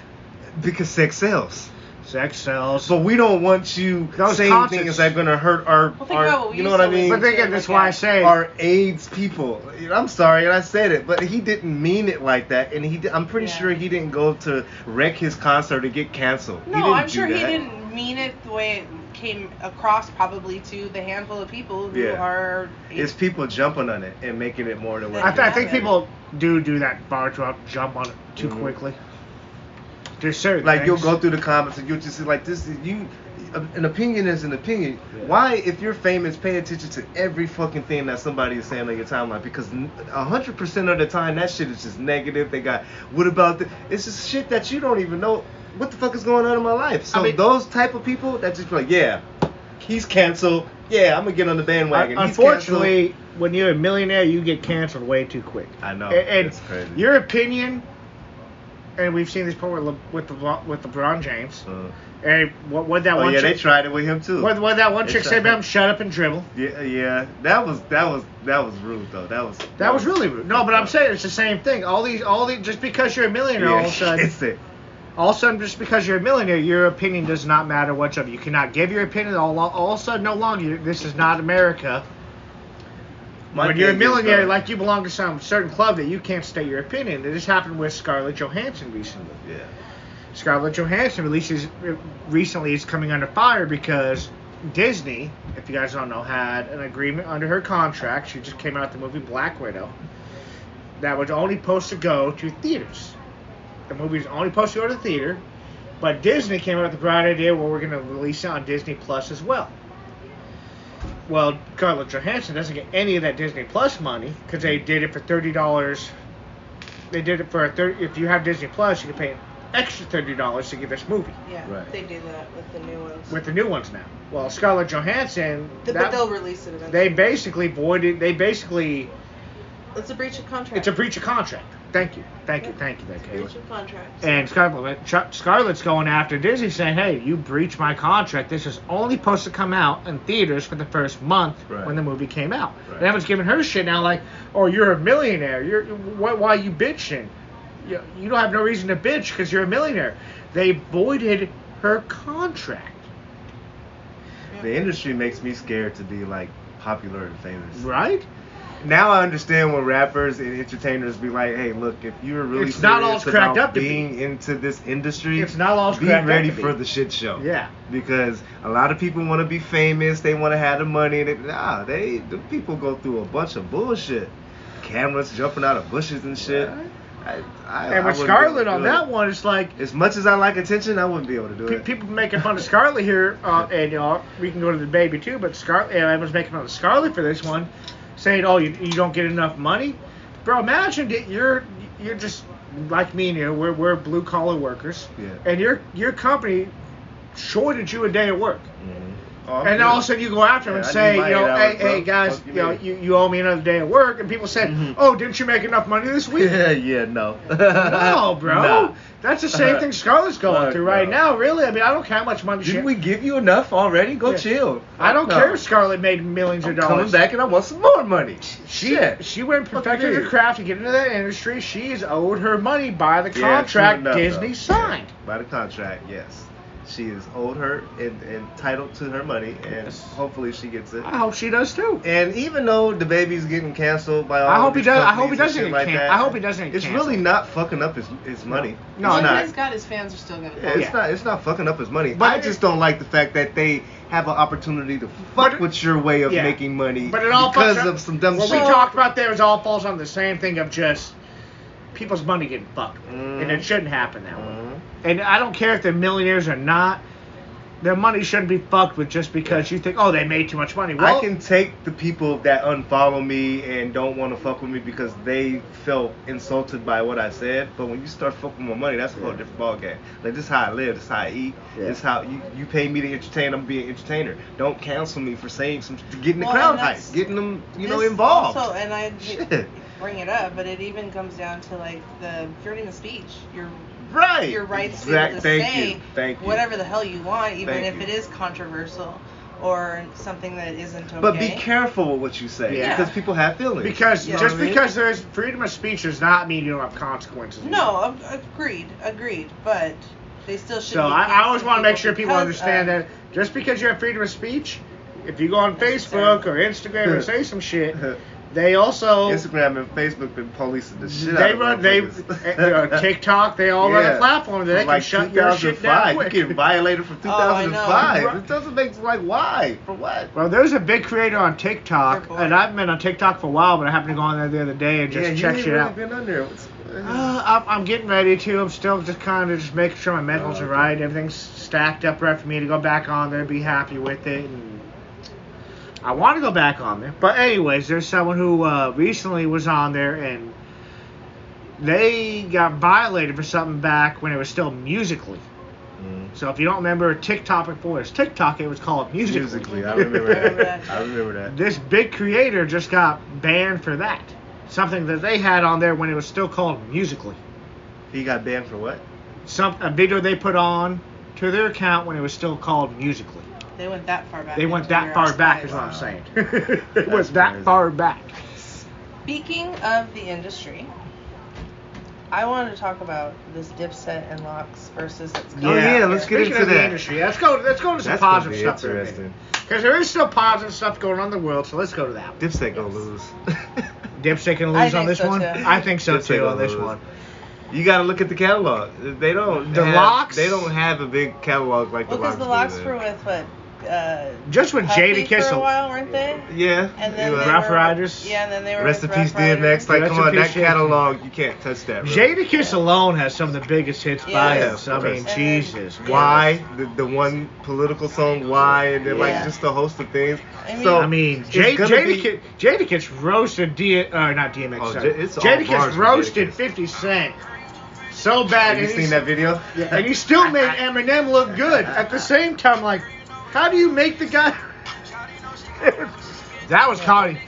[SPEAKER 2] because sex sells.
[SPEAKER 3] Sex sells.
[SPEAKER 2] So we don't want you
[SPEAKER 3] Those
[SPEAKER 2] saying
[SPEAKER 3] concerts-
[SPEAKER 2] things that going to hurt our,
[SPEAKER 4] Well, think
[SPEAKER 2] our-
[SPEAKER 4] about what we
[SPEAKER 2] you know
[SPEAKER 4] used
[SPEAKER 2] what I
[SPEAKER 4] to live
[SPEAKER 2] mean?
[SPEAKER 3] but
[SPEAKER 4] with.
[SPEAKER 3] again, that's why I say
[SPEAKER 2] Our AIDS people. I'm sorry, and I said it, but he didn't mean it like that, and he. di- I'm pretty
[SPEAKER 4] Yeah.
[SPEAKER 2] sure he didn't go to wreck his concert and get canceled. he
[SPEAKER 4] No,
[SPEAKER 2] didn't
[SPEAKER 4] I'm
[SPEAKER 2] do
[SPEAKER 4] sure
[SPEAKER 2] that.
[SPEAKER 4] he didn't mean it the way it came across, probably to the handful of people who
[SPEAKER 2] Yeah.
[SPEAKER 4] are.
[SPEAKER 2] It's people jumping on it and making it more than what.
[SPEAKER 3] I,
[SPEAKER 2] it
[SPEAKER 3] th- I
[SPEAKER 2] is.
[SPEAKER 3] think people do do that bar drop jump on it too
[SPEAKER 2] Mhm.
[SPEAKER 3] quickly. There's certain
[SPEAKER 2] Like you'll
[SPEAKER 3] things-
[SPEAKER 2] go through the comments and you'll just see like this. is- You, an opinion is an opinion.
[SPEAKER 3] Yeah.
[SPEAKER 2] Why, if you're famous, pay attention to every fucking thing that somebody is saying on your timeline? Because hundred percent of the time, that shit is just negative. They got what about the? It's just shit that you don't even know what the fuck is going on in my life. So
[SPEAKER 3] I mean-
[SPEAKER 2] those type of people that just be like, yeah, he's canceled. Yeah, I'm gonna get on the bandwagon.
[SPEAKER 3] Un-
[SPEAKER 2] He's canceled."
[SPEAKER 3] unfortunately, when you're a millionaire, you get canceled way too quick.
[SPEAKER 2] I know,
[SPEAKER 3] A- And,
[SPEAKER 2] it's crazy.
[SPEAKER 3] your opinion, and we've seen this before with Le- with, LeBron, with LeBron James.
[SPEAKER 2] Uh,
[SPEAKER 3] And what what that
[SPEAKER 2] oh
[SPEAKER 3] one
[SPEAKER 2] yeah, they
[SPEAKER 3] chick,
[SPEAKER 2] tried it with him too.
[SPEAKER 3] what, what that one
[SPEAKER 2] They
[SPEAKER 3] chick
[SPEAKER 2] tried-
[SPEAKER 3] said about him? Shut up and dribble.
[SPEAKER 2] Yeah, yeah, that was that was that was rude though. That was
[SPEAKER 3] That was really rude. No, but I'm saying it's the same thing. All these, all the, just because you're a millionaire, all of a sudden,
[SPEAKER 2] it's it.
[SPEAKER 3] all of a sudden, just because you're a millionaire, your opinion does not matter whatsoever. You cannot give your opinion. All, all of a sudden, no longer. This is not America. when you're a millionaire, like you belong to some certain club that you can't state your opinion. This happened with Scarlett Johansson recently.
[SPEAKER 2] yeah,
[SPEAKER 3] Scarlett Johansson releases recently is coming under fire because Disney, if you guys don't know, had an agreement under her contract. She just came out the movie Black Widow that was only supposed to go to theaters. The movie was only supposed to go to theater, but Disney came up with the bright idea where we're going to release it on Disney Plus as well. Well, Scarlett Johansson doesn't get any of that Disney Plus money because they did it for thirty dollars. They did it for a thirty. If you have Disney Plus, you can pay an extra thirty dollars to get this movie
[SPEAKER 4] Yeah,
[SPEAKER 2] Right.
[SPEAKER 4] they do that with the new ones.
[SPEAKER 3] with the new ones now. Well, Scarlett Johansson,
[SPEAKER 4] The- but
[SPEAKER 3] that-
[SPEAKER 4] they'll release it eventually.
[SPEAKER 3] they basically voided. They basically,
[SPEAKER 4] it's a breach of contract.
[SPEAKER 3] it's a breach of contract. Thank you, thank you, thank you, thank you.
[SPEAKER 4] breach of contract.
[SPEAKER 3] And Scarlett, Ch- Scarlett's going after Disney, saying, "Hey, you breached my contract. This is only supposed to come out in theaters for the first month
[SPEAKER 2] Right.
[SPEAKER 3] when the movie came out."
[SPEAKER 2] Right.
[SPEAKER 3] And everyone's giving her shit now, like, "Oh, you're a millionaire. You're why, why are you bitching? You, you don't have no reason to bitch because you're a millionaire." They voided her contract.
[SPEAKER 2] the industry makes me scared to be like popular and famous.
[SPEAKER 3] Right?
[SPEAKER 2] Now I understand when rappers and entertainers be like, "Hey, look, if you're really
[SPEAKER 3] It's not all
[SPEAKER 2] serious
[SPEAKER 3] it's cracked
[SPEAKER 2] about
[SPEAKER 3] up to be.
[SPEAKER 2] being into this industry,
[SPEAKER 3] It's not all it's
[SPEAKER 2] be
[SPEAKER 3] cracked up
[SPEAKER 2] ready
[SPEAKER 3] to be.
[SPEAKER 2] for the shit show."
[SPEAKER 3] Yeah.
[SPEAKER 2] because a lot of people want to be famous. They want to have the money. They, nah, they the people go through a bunch of bullshit. Cameras jumping out of bushes and shit.
[SPEAKER 3] Right.
[SPEAKER 2] I, I, I
[SPEAKER 3] And with
[SPEAKER 2] wouldn't be able to
[SPEAKER 3] Scarlett
[SPEAKER 2] do
[SPEAKER 3] on
[SPEAKER 2] it.
[SPEAKER 3] that one, it's like
[SPEAKER 2] as much as I like attention, I wouldn't be able to do
[SPEAKER 3] Pe-
[SPEAKER 2] it.
[SPEAKER 3] people making fun of Scarlet here, uh, and you know, we can go to the baby too. But Scarlet, and I was making fun of Scarlet for this one, saying, "Oh, you, you don't get enough money, bro." Imagine that you're you're just like me and you. We're we're blue collar workers,
[SPEAKER 2] Yeah.
[SPEAKER 3] and your your company shorted you a day of work,
[SPEAKER 2] Mhm.
[SPEAKER 3] and all of a sudden you go after them
[SPEAKER 2] Yeah,
[SPEAKER 3] and
[SPEAKER 2] I
[SPEAKER 3] say,
[SPEAKER 2] need my
[SPEAKER 3] you know,
[SPEAKER 2] eight
[SPEAKER 3] hey,
[SPEAKER 2] hours,
[SPEAKER 3] hey
[SPEAKER 2] bro.
[SPEAKER 3] guys,
[SPEAKER 2] Fuck you
[SPEAKER 3] you know,
[SPEAKER 2] mean."
[SPEAKER 3] you, you owe me another day of work, and people said,
[SPEAKER 2] Mhm.
[SPEAKER 3] "Oh, didn't you make enough money this week?"
[SPEAKER 2] yeah, yeah, no.
[SPEAKER 3] No, bro.
[SPEAKER 2] Nah.
[SPEAKER 3] That's the same thing Scarlett's going
[SPEAKER 2] Fuck,
[SPEAKER 3] through right
[SPEAKER 2] bro.
[SPEAKER 3] now, really. I mean, I don't care how much money she
[SPEAKER 2] Didn't we give you enough already? Go
[SPEAKER 3] Yeah.
[SPEAKER 2] chill.
[SPEAKER 3] I don't
[SPEAKER 2] No.
[SPEAKER 3] care if Scarlett made 1000000s
[SPEAKER 2] I'm
[SPEAKER 3] of dollars.
[SPEAKER 2] coming back and I want some more money.
[SPEAKER 3] She,
[SPEAKER 2] Shit.
[SPEAKER 3] she went and
[SPEAKER 2] Fuck
[SPEAKER 3] perfected
[SPEAKER 2] you.
[SPEAKER 3] her craft to get into that industry. She is owed her money by the
[SPEAKER 2] Yeah,
[SPEAKER 3] contract
[SPEAKER 2] true enough,
[SPEAKER 3] Disney
[SPEAKER 2] though.
[SPEAKER 3] signed.
[SPEAKER 2] Yeah, by the contract, yes. She is owed her and and entitled to her money, and
[SPEAKER 3] Yes.
[SPEAKER 2] hopefully she gets it.
[SPEAKER 3] I hope she does too.
[SPEAKER 2] And even though the baby's getting canceled by all
[SPEAKER 3] I
[SPEAKER 2] of
[SPEAKER 3] hope he
[SPEAKER 2] these
[SPEAKER 3] does- I hope he
[SPEAKER 2] companies and
[SPEAKER 3] doesn't
[SPEAKER 2] shit
[SPEAKER 3] get
[SPEAKER 2] like
[SPEAKER 3] can-
[SPEAKER 2] that,
[SPEAKER 3] I hope he doesn't get
[SPEAKER 2] It's
[SPEAKER 3] canceled.
[SPEAKER 2] really not fucking up his his money.
[SPEAKER 3] No,
[SPEAKER 2] it's
[SPEAKER 4] Once
[SPEAKER 3] I'm
[SPEAKER 2] not.
[SPEAKER 4] he's got his fans are still gonna.
[SPEAKER 2] Yeah,
[SPEAKER 4] Yeah.
[SPEAKER 2] it's
[SPEAKER 3] Yeah.
[SPEAKER 2] not it's not fucking up his money.
[SPEAKER 3] But
[SPEAKER 2] I
[SPEAKER 3] it-
[SPEAKER 2] just don't like the fact that they have an opportunity to
[SPEAKER 3] But
[SPEAKER 2] fuck
[SPEAKER 3] it-
[SPEAKER 2] with your way of
[SPEAKER 3] yeah.
[SPEAKER 2] making money
[SPEAKER 3] But it all
[SPEAKER 2] because
[SPEAKER 3] fucks up-
[SPEAKER 2] of some dumb
[SPEAKER 3] what
[SPEAKER 2] shit.
[SPEAKER 3] we talked about there is all falls on the same thing of just people's money getting fucked, with.
[SPEAKER 2] Mhm.
[SPEAKER 3] and it shouldn't happen that way.
[SPEAKER 2] Mhm.
[SPEAKER 3] And I don't care if they're millionaires or not. Their money shouldn't be fucked with just because you think, oh, they made too much money. Well,
[SPEAKER 2] I can take the people that unfollow me and don't want to fuck with me because they felt insulted by what I said. But when you start fucking with my money, that's a whole
[SPEAKER 3] Yeah.
[SPEAKER 2] different ballgame. Like this is how I live, this is how I eat,
[SPEAKER 3] Yeah.
[SPEAKER 2] this is how you, you pay me to entertain. I'm being an entertainer. Don't cancel me for saying some getting the
[SPEAKER 4] Well,
[SPEAKER 2] crowd
[SPEAKER 4] and that's-
[SPEAKER 2] hype, getting them you know involved.
[SPEAKER 4] Also, and I d-
[SPEAKER 2] Shit.
[SPEAKER 4] bring it up, but it even comes down to like the freedom of speech. Your
[SPEAKER 2] right.
[SPEAKER 4] your rights to, be
[SPEAKER 2] Exact-
[SPEAKER 4] able to
[SPEAKER 2] Thank
[SPEAKER 4] say
[SPEAKER 2] you. Thank you.
[SPEAKER 4] whatever the hell you want, even
[SPEAKER 2] Thank
[SPEAKER 4] if
[SPEAKER 2] you.
[SPEAKER 4] it is controversial or something that isn't okay.
[SPEAKER 2] But be careful with what you say
[SPEAKER 3] Yeah.
[SPEAKER 2] because people have feelings.
[SPEAKER 3] Because
[SPEAKER 2] You know
[SPEAKER 3] just
[SPEAKER 2] what I mean?
[SPEAKER 3] because there's freedom of speech does not mean you don't have consequences.
[SPEAKER 4] No, ag- agreed, agreed. But they still should.
[SPEAKER 3] So
[SPEAKER 4] be
[SPEAKER 3] I, I always
[SPEAKER 4] canceling
[SPEAKER 3] want to make sure people
[SPEAKER 4] because uh,
[SPEAKER 3] understand
[SPEAKER 2] uh,
[SPEAKER 4] of-
[SPEAKER 3] that just because you have freedom of speech, if you go on
[SPEAKER 4] Necessarily.
[SPEAKER 3] Facebook or Instagram and say some shit, they also
[SPEAKER 2] Instagram and Facebook been policing the shit
[SPEAKER 3] they
[SPEAKER 2] out
[SPEAKER 3] run
[SPEAKER 2] of
[SPEAKER 3] they
[SPEAKER 2] motherfuckers.
[SPEAKER 3] uh, uh, TikTok they all run
[SPEAKER 2] Yeah.
[SPEAKER 3] a platform that they
[SPEAKER 2] From,
[SPEAKER 3] can
[SPEAKER 2] like
[SPEAKER 3] shut your shit down
[SPEAKER 2] 2005.
[SPEAKER 3] quick.
[SPEAKER 2] You get violated from
[SPEAKER 4] Oh, I know.
[SPEAKER 2] 2005.
[SPEAKER 3] Right.
[SPEAKER 2] it doesn't make like why for what?
[SPEAKER 3] Well, there's a big creator on TikTok,
[SPEAKER 4] Your boy.
[SPEAKER 3] and I've been on TikTok for a while, but I happened to go on there the other day and just
[SPEAKER 2] yeah,
[SPEAKER 3] check
[SPEAKER 2] you ain't
[SPEAKER 3] shit
[SPEAKER 2] really
[SPEAKER 3] out.
[SPEAKER 2] been on there. What's-
[SPEAKER 3] Uh, I'm, I'm getting ready to. I'm still just kind of just making sure my medals
[SPEAKER 2] Oh,
[SPEAKER 3] are
[SPEAKER 2] okay.
[SPEAKER 3] right. Everything's stacked up right for me to go back on there, be happy with it. And I want to go back on there. But, anyways, there's someone who uh, recently was on there and they got violated for something back when it was still musically. So, if you don't remember TikTok before it was TikTok, it was called musically.
[SPEAKER 2] Musically, I remember that.
[SPEAKER 4] that.
[SPEAKER 2] I remember that.
[SPEAKER 3] This big creator just got banned for that. Something that they had on there when it was still called musically.
[SPEAKER 2] He got banned for what?
[SPEAKER 3] some a video they put on to their account when it was still called Musically.
[SPEAKER 4] They went that far back.
[SPEAKER 3] They went
[SPEAKER 4] into
[SPEAKER 3] that
[SPEAKER 4] your
[SPEAKER 3] far
[SPEAKER 4] archive.
[SPEAKER 3] back, is what
[SPEAKER 2] Wow.
[SPEAKER 3] I'm saying. it
[SPEAKER 2] That's
[SPEAKER 3] was that
[SPEAKER 2] crazy.
[SPEAKER 3] far back.
[SPEAKER 4] Speaking of the industry, I wanted to talk about this Dipset and Locks versus it's
[SPEAKER 3] Oh,
[SPEAKER 2] Yeah, yeah, let's get
[SPEAKER 3] Speaking
[SPEAKER 2] into
[SPEAKER 3] of the
[SPEAKER 2] that.
[SPEAKER 3] industry, let's go. Let's go to some
[SPEAKER 2] That's gonna
[SPEAKER 3] positive
[SPEAKER 2] be
[SPEAKER 3] stuff.
[SPEAKER 2] interesting.
[SPEAKER 3] Because there is still positive stuff going on in the world, so let's go to that. one.
[SPEAKER 2] Dipset gonna lose.
[SPEAKER 3] Dipset can
[SPEAKER 4] I
[SPEAKER 3] lose
[SPEAKER 4] think
[SPEAKER 3] on this
[SPEAKER 4] so,
[SPEAKER 3] one.
[SPEAKER 4] too.
[SPEAKER 3] I think so
[SPEAKER 2] Dipset
[SPEAKER 3] too
[SPEAKER 2] gonna
[SPEAKER 3] on this
[SPEAKER 2] lose.
[SPEAKER 3] one.
[SPEAKER 2] you gotta look at the catalog. They don't.
[SPEAKER 3] The
[SPEAKER 2] have,
[SPEAKER 3] Locks?
[SPEAKER 2] They don't have a big catalog like
[SPEAKER 4] Well,
[SPEAKER 2] the
[SPEAKER 4] because
[SPEAKER 2] Locks.
[SPEAKER 4] the
[SPEAKER 2] do,
[SPEAKER 4] Locks
[SPEAKER 2] man.
[SPEAKER 4] were with what? Uh,
[SPEAKER 3] Just when Jada
[SPEAKER 4] Puffy for a
[SPEAKER 3] Kissel.
[SPEAKER 4] while, weren't they?
[SPEAKER 2] Yeah.
[SPEAKER 4] And then
[SPEAKER 2] it was-
[SPEAKER 4] they
[SPEAKER 3] Rough
[SPEAKER 4] were-
[SPEAKER 3] Riders.
[SPEAKER 4] Yeah, and then they were.
[SPEAKER 2] Rest in
[SPEAKER 4] with
[SPEAKER 2] peace,
[SPEAKER 4] Rough Riders.
[SPEAKER 2] DMX. Like,
[SPEAKER 3] Rest
[SPEAKER 2] come
[SPEAKER 3] in
[SPEAKER 2] on, that
[SPEAKER 3] peace, yeah.
[SPEAKER 2] catalog, you can't touch that. Really.
[SPEAKER 3] Jada Kiss alone has some of the biggest hits by
[SPEAKER 4] Yeah.
[SPEAKER 3] us. I
[SPEAKER 2] Yeah, of
[SPEAKER 3] mean,
[SPEAKER 4] course.
[SPEAKER 3] Jesus.
[SPEAKER 4] And-
[SPEAKER 2] Why the, the one political song Why and then like
[SPEAKER 4] Yeah.
[SPEAKER 2] just a host of things.
[SPEAKER 4] I mean-
[SPEAKER 2] so
[SPEAKER 3] I mean,
[SPEAKER 2] it's
[SPEAKER 3] Jade,
[SPEAKER 2] gonna be-
[SPEAKER 3] Jadakiss, Jadakiss roasted D, uh, not DMX.
[SPEAKER 2] Oh,
[SPEAKER 3] sorry.
[SPEAKER 2] J- it's all bars
[SPEAKER 3] Jadakiss
[SPEAKER 2] for
[SPEAKER 3] roasted
[SPEAKER 2] Jadakiss.
[SPEAKER 3] 50 Cent so
[SPEAKER 2] Have
[SPEAKER 3] bad.
[SPEAKER 2] you
[SPEAKER 3] and
[SPEAKER 2] seen
[SPEAKER 3] he's-
[SPEAKER 2] that video?
[SPEAKER 3] Yeah, and he still made Eminem look good. At the same time, like, how do you make the guy? that was comedy.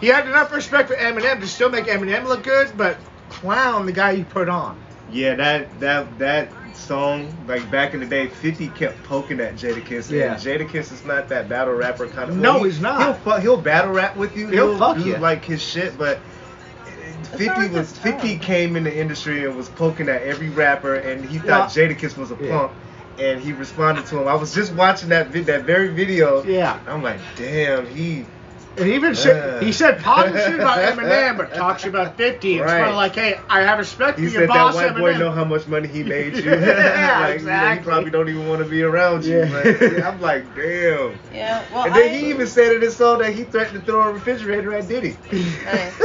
[SPEAKER 3] He had enough respect for Eminem to still make Eminem look good, but clown the guy you put on.
[SPEAKER 2] Yeah, that that that song like back in the day, Fifty kept poking at Jadakiss.
[SPEAKER 3] Yeah.
[SPEAKER 2] And Jadakiss is not that battle rapper kind of.
[SPEAKER 3] No,
[SPEAKER 2] he-
[SPEAKER 3] he's not.
[SPEAKER 2] He'll fu- he'll battle rap with you.
[SPEAKER 3] He'll fuck
[SPEAKER 2] do,
[SPEAKER 3] you.
[SPEAKER 2] like his shit, but.
[SPEAKER 4] not
[SPEAKER 2] Fifty
[SPEAKER 4] like
[SPEAKER 2] was
[SPEAKER 4] his
[SPEAKER 2] Fifty
[SPEAKER 4] time.
[SPEAKER 2] came in the industry and was poking at every rapper, and he
[SPEAKER 3] Well,
[SPEAKER 2] thought Jadakiss was a
[SPEAKER 3] yeah.
[SPEAKER 2] punk,
[SPEAKER 1] and he responded to him. I was just watching that vid- that very video.
[SPEAKER 3] Yeah.
[SPEAKER 1] I'm like, damn, he
[SPEAKER 3] And even shit,
[SPEAKER 1] Yeah.
[SPEAKER 3] he said talking shit about Eminem, but talks about 50. It's kind
[SPEAKER 1] Right.
[SPEAKER 3] of like, hey, I have respect
[SPEAKER 2] He
[SPEAKER 3] for your
[SPEAKER 2] said that
[SPEAKER 3] boss,
[SPEAKER 2] white
[SPEAKER 3] Eminem.
[SPEAKER 2] boy know how much money he made you.
[SPEAKER 3] Yeah,
[SPEAKER 2] Like, you know,
[SPEAKER 3] exactly.
[SPEAKER 2] He probably don't even want to be around you.
[SPEAKER 3] Yeah.
[SPEAKER 2] But yeah, I'm like, damn.
[SPEAKER 4] Yeah. Well,
[SPEAKER 2] and then
[SPEAKER 4] I,
[SPEAKER 2] he even said in his song that he threatened to throw a refrigerator at Diddy.
[SPEAKER 4] Nice.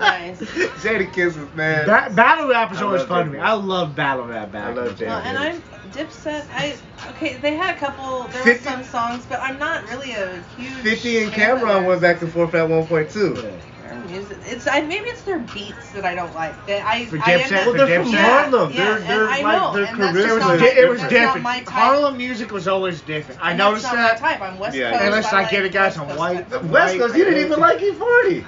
[SPEAKER 4] Nice.
[SPEAKER 2] Jadakiss, man.
[SPEAKER 3] Ba- battle rap is
[SPEAKER 2] I
[SPEAKER 3] always
[SPEAKER 2] love
[SPEAKER 3] fun to
[SPEAKER 2] Jadakiss.
[SPEAKER 3] me. I love battle rap. Back.
[SPEAKER 2] I love
[SPEAKER 4] Well, and
[SPEAKER 2] Yeah.
[SPEAKER 4] I'm Dipset. I okay. They had a couple. There were
[SPEAKER 2] 50
[SPEAKER 4] some songs, but I'm not really a huge.
[SPEAKER 2] 50 and
[SPEAKER 4] fan of
[SPEAKER 2] Cameron
[SPEAKER 4] their-
[SPEAKER 2] was back and forth at one point too.
[SPEAKER 3] Yeah.
[SPEAKER 4] their music. It's I, maybe it's their beats that I don't like. That I
[SPEAKER 3] For
[SPEAKER 4] I am
[SPEAKER 3] Dipset,
[SPEAKER 4] not-
[SPEAKER 3] for
[SPEAKER 2] Well, they're from
[SPEAKER 3] Dipset.
[SPEAKER 2] Harlem.
[SPEAKER 4] Yeah,
[SPEAKER 2] They're,
[SPEAKER 4] and
[SPEAKER 2] they're
[SPEAKER 4] I
[SPEAKER 2] like
[SPEAKER 4] know,
[SPEAKER 2] their
[SPEAKER 4] and that's
[SPEAKER 2] charisma
[SPEAKER 4] just not
[SPEAKER 3] It
[SPEAKER 2] is
[SPEAKER 3] was,
[SPEAKER 4] my-
[SPEAKER 3] di- it was
[SPEAKER 2] different.
[SPEAKER 4] that's not
[SPEAKER 3] different.
[SPEAKER 4] my type.
[SPEAKER 3] Harlem music was always different. I
[SPEAKER 4] and that's
[SPEAKER 3] noticed
[SPEAKER 4] not my
[SPEAKER 3] that.
[SPEAKER 4] type. I'm West
[SPEAKER 2] Yeah,
[SPEAKER 4] Coast.
[SPEAKER 2] yeah.
[SPEAKER 3] Unless
[SPEAKER 4] I
[SPEAKER 3] I
[SPEAKER 4] like
[SPEAKER 3] get a guy
[SPEAKER 4] West
[SPEAKER 3] some
[SPEAKER 4] Coast
[SPEAKER 3] white-
[SPEAKER 4] stuff.
[SPEAKER 2] West Coast, you didn't even like E40.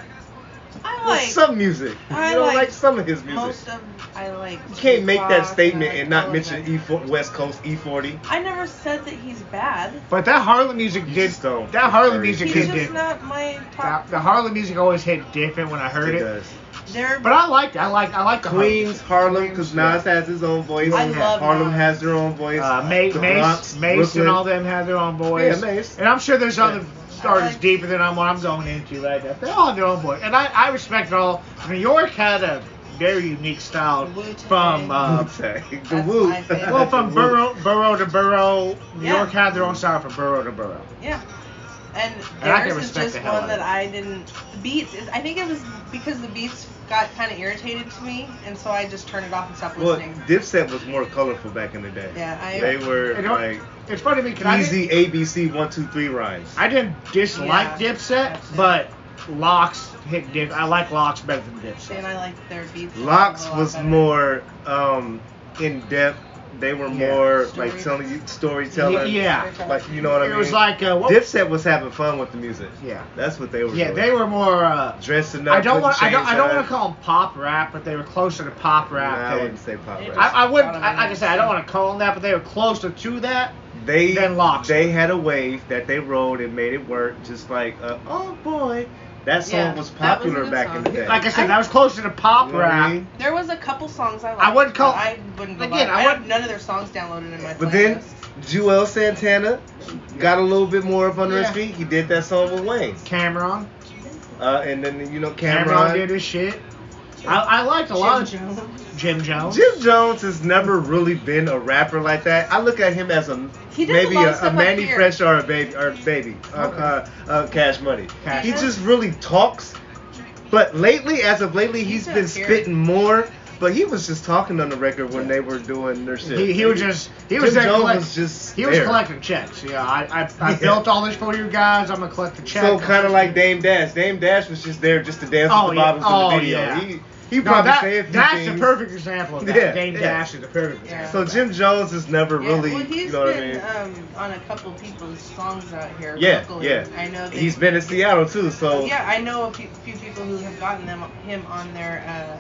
[SPEAKER 4] I
[SPEAKER 2] Well,
[SPEAKER 4] like
[SPEAKER 2] some music.
[SPEAKER 4] I
[SPEAKER 2] you don't
[SPEAKER 4] like
[SPEAKER 2] like some of his music.
[SPEAKER 4] most of. I like.
[SPEAKER 2] You can't make
[SPEAKER 4] Tupac,
[SPEAKER 2] that
[SPEAKER 4] I
[SPEAKER 2] statement
[SPEAKER 4] like
[SPEAKER 2] and
[SPEAKER 4] all
[SPEAKER 2] not
[SPEAKER 4] of
[SPEAKER 2] mention E-
[SPEAKER 4] them.
[SPEAKER 2] E40, West Coast E40.
[SPEAKER 4] I never said that he's bad.
[SPEAKER 3] But that Harlem music
[SPEAKER 2] You
[SPEAKER 3] did.
[SPEAKER 2] just don't.
[SPEAKER 3] That Harlem
[SPEAKER 2] Sorry.
[SPEAKER 3] music
[SPEAKER 4] He's
[SPEAKER 3] hit
[SPEAKER 4] just
[SPEAKER 3] different.
[SPEAKER 4] not my
[SPEAKER 3] That-
[SPEAKER 4] top.
[SPEAKER 3] The Harlem music always hit different when I heard
[SPEAKER 2] It
[SPEAKER 3] it.
[SPEAKER 2] does.
[SPEAKER 4] They're
[SPEAKER 3] But I liked. it. I like. I like the Harlem.
[SPEAKER 2] Queens, Harlem, because Nas has his own voice.
[SPEAKER 4] I love
[SPEAKER 2] Harlem
[SPEAKER 4] Nas.
[SPEAKER 2] has their own voice.
[SPEAKER 3] Uh, Ma- Mace,
[SPEAKER 2] The Bronx,
[SPEAKER 3] Mace, and
[SPEAKER 2] Brooklyn.
[SPEAKER 3] all them have their own voice.
[SPEAKER 2] Yeah, Mace.
[SPEAKER 3] And I'm sure there's other
[SPEAKER 4] I
[SPEAKER 3] artists
[SPEAKER 4] like-
[SPEAKER 3] deeper than I'm, what I'm going into right now. They all have their own voice, and I, I respect it all. New York had a very unique style
[SPEAKER 4] Wu-Tang.
[SPEAKER 3] from uh,
[SPEAKER 2] Okay, the
[SPEAKER 4] That's
[SPEAKER 2] Wu.
[SPEAKER 4] my favorite.
[SPEAKER 3] well from
[SPEAKER 2] The Wu.
[SPEAKER 3] borough borough to borough. New
[SPEAKER 4] Yeah.
[SPEAKER 3] York had their own style from borough to borough.
[SPEAKER 4] Yeah. And
[SPEAKER 3] And I can
[SPEAKER 4] theirs is
[SPEAKER 3] respect
[SPEAKER 4] just
[SPEAKER 3] the hell
[SPEAKER 4] one
[SPEAKER 3] out of
[SPEAKER 4] that
[SPEAKER 3] it.
[SPEAKER 4] I didn't. The beats is. I think it was because the beats got kind of irritated to me, and so I just turned it off and stopped
[SPEAKER 2] Well,
[SPEAKER 4] listening.
[SPEAKER 2] Dipset was more colorful back in the day.
[SPEAKER 4] Yeah, I-
[SPEAKER 2] They were
[SPEAKER 3] You know,
[SPEAKER 2] like
[SPEAKER 3] it's funny because I didn't-
[SPEAKER 2] easy ABC one two three rhymes.
[SPEAKER 3] I didn't dislike
[SPEAKER 4] Yeah.
[SPEAKER 3] Dipset, but Locks hit Dip. I like Locks better than Dipset.
[SPEAKER 4] and I liked their beats. a
[SPEAKER 2] Locks
[SPEAKER 4] lot
[SPEAKER 2] was
[SPEAKER 4] better.
[SPEAKER 2] more um, in depth. They were
[SPEAKER 3] Yeah.
[SPEAKER 2] more like
[SPEAKER 4] Story.
[SPEAKER 2] telling you storytelling.
[SPEAKER 3] Yeah.
[SPEAKER 2] Like you know what I
[SPEAKER 3] it
[SPEAKER 2] mean?
[SPEAKER 3] was like uh, what,
[SPEAKER 2] Dipset was having fun with the music.
[SPEAKER 3] Yeah.
[SPEAKER 2] That's what they were.
[SPEAKER 3] Yeah,
[SPEAKER 2] doing.
[SPEAKER 3] they were more. Uh,
[SPEAKER 2] dressing up.
[SPEAKER 3] I don't
[SPEAKER 2] putting
[SPEAKER 3] want. I don't.
[SPEAKER 2] chains
[SPEAKER 3] I don't
[SPEAKER 2] on.
[SPEAKER 3] want to call them pop rap, but they were closer to pop
[SPEAKER 2] Nah, I
[SPEAKER 3] rap.
[SPEAKER 2] wouldn't
[SPEAKER 3] than,
[SPEAKER 2] say pop rap.
[SPEAKER 3] I, I wouldn't. I, like I said, I don't want to call them that, but they were closer to that.
[SPEAKER 2] they
[SPEAKER 3] than Locks.
[SPEAKER 2] they had a wave that they rode and made it work. Just like uh, oh boy, that song was
[SPEAKER 4] Yeah, that was a
[SPEAKER 2] popular
[SPEAKER 4] good
[SPEAKER 2] back in the
[SPEAKER 4] song.
[SPEAKER 2] day.
[SPEAKER 3] Like I said,
[SPEAKER 4] I-
[SPEAKER 3] that was closer to pop
[SPEAKER 2] You know what I
[SPEAKER 3] rap.
[SPEAKER 2] mean?
[SPEAKER 4] There was a couple songs I liked.
[SPEAKER 3] I wouldn't call-
[SPEAKER 4] but I wouldn't. Go back.
[SPEAKER 3] Again, I
[SPEAKER 4] I,
[SPEAKER 3] wouldn't-
[SPEAKER 4] have none of their songs downloaded in my
[SPEAKER 2] But then
[SPEAKER 4] playlist.
[SPEAKER 2] Joel Santana got a little bit more up under
[SPEAKER 3] Yeah.
[SPEAKER 2] his feet. He did that song with Wayne.
[SPEAKER 3] Cameron.
[SPEAKER 2] Uh, and then you know
[SPEAKER 3] Cameron,
[SPEAKER 2] Cameron.
[SPEAKER 3] did his shit. I, I liked a lot
[SPEAKER 4] Jim
[SPEAKER 3] of
[SPEAKER 4] Jones.
[SPEAKER 3] Jim Jones.
[SPEAKER 2] Jim Jones has never really been a rapper like that. I look at him as a
[SPEAKER 4] He does a
[SPEAKER 2] maybe
[SPEAKER 4] lot of
[SPEAKER 2] a, a
[SPEAKER 4] stuff up
[SPEAKER 2] Manny
[SPEAKER 4] here.
[SPEAKER 2] Fresh or a baby or baby uh,
[SPEAKER 3] Okay.
[SPEAKER 2] uh, uh, Cash Money.
[SPEAKER 3] Cash
[SPEAKER 2] He
[SPEAKER 4] Money.
[SPEAKER 2] just really talks. But lately, as of lately,
[SPEAKER 4] He's
[SPEAKER 2] he's
[SPEAKER 4] up
[SPEAKER 2] been
[SPEAKER 4] here.
[SPEAKER 2] spitting more. But he was just talking on the record when they were doing their shit.
[SPEAKER 3] He, he was just he was
[SPEAKER 2] Jim
[SPEAKER 3] there
[SPEAKER 2] Jones
[SPEAKER 3] collect-
[SPEAKER 2] was just
[SPEAKER 3] he was
[SPEAKER 2] there.
[SPEAKER 3] collecting checks. Yeah, I I, I
[SPEAKER 2] Yeah.
[SPEAKER 3] built all this for you guys. I'm gonna collect the check.
[SPEAKER 2] So kind of like Dame Dash. Dame Dash was just there just to dance
[SPEAKER 3] Oh,
[SPEAKER 2] with the
[SPEAKER 3] yeah.
[SPEAKER 2] bottles
[SPEAKER 3] Oh,
[SPEAKER 2] in the video.
[SPEAKER 3] yeah.
[SPEAKER 2] He, he
[SPEAKER 3] No,
[SPEAKER 2] probably
[SPEAKER 3] that-
[SPEAKER 2] said a few
[SPEAKER 3] that's
[SPEAKER 2] things.
[SPEAKER 3] the perfect example of that.
[SPEAKER 2] Yeah,
[SPEAKER 3] Dame
[SPEAKER 2] yeah.
[SPEAKER 3] Dash is the perfect
[SPEAKER 4] Yeah.
[SPEAKER 3] example.
[SPEAKER 2] So
[SPEAKER 3] of that.
[SPEAKER 2] Jim Jones has never
[SPEAKER 4] Yeah,
[SPEAKER 2] really,
[SPEAKER 4] well, he's
[SPEAKER 2] you know what I
[SPEAKER 4] been
[SPEAKER 2] mean?
[SPEAKER 4] um, on a couple people's songs out here.
[SPEAKER 2] yeah,
[SPEAKER 4] locally.
[SPEAKER 2] yeah.
[SPEAKER 4] I know they-
[SPEAKER 2] He's been in Seattle too, so.
[SPEAKER 4] Yeah, I know a few, few people who have gotten them him on their uh,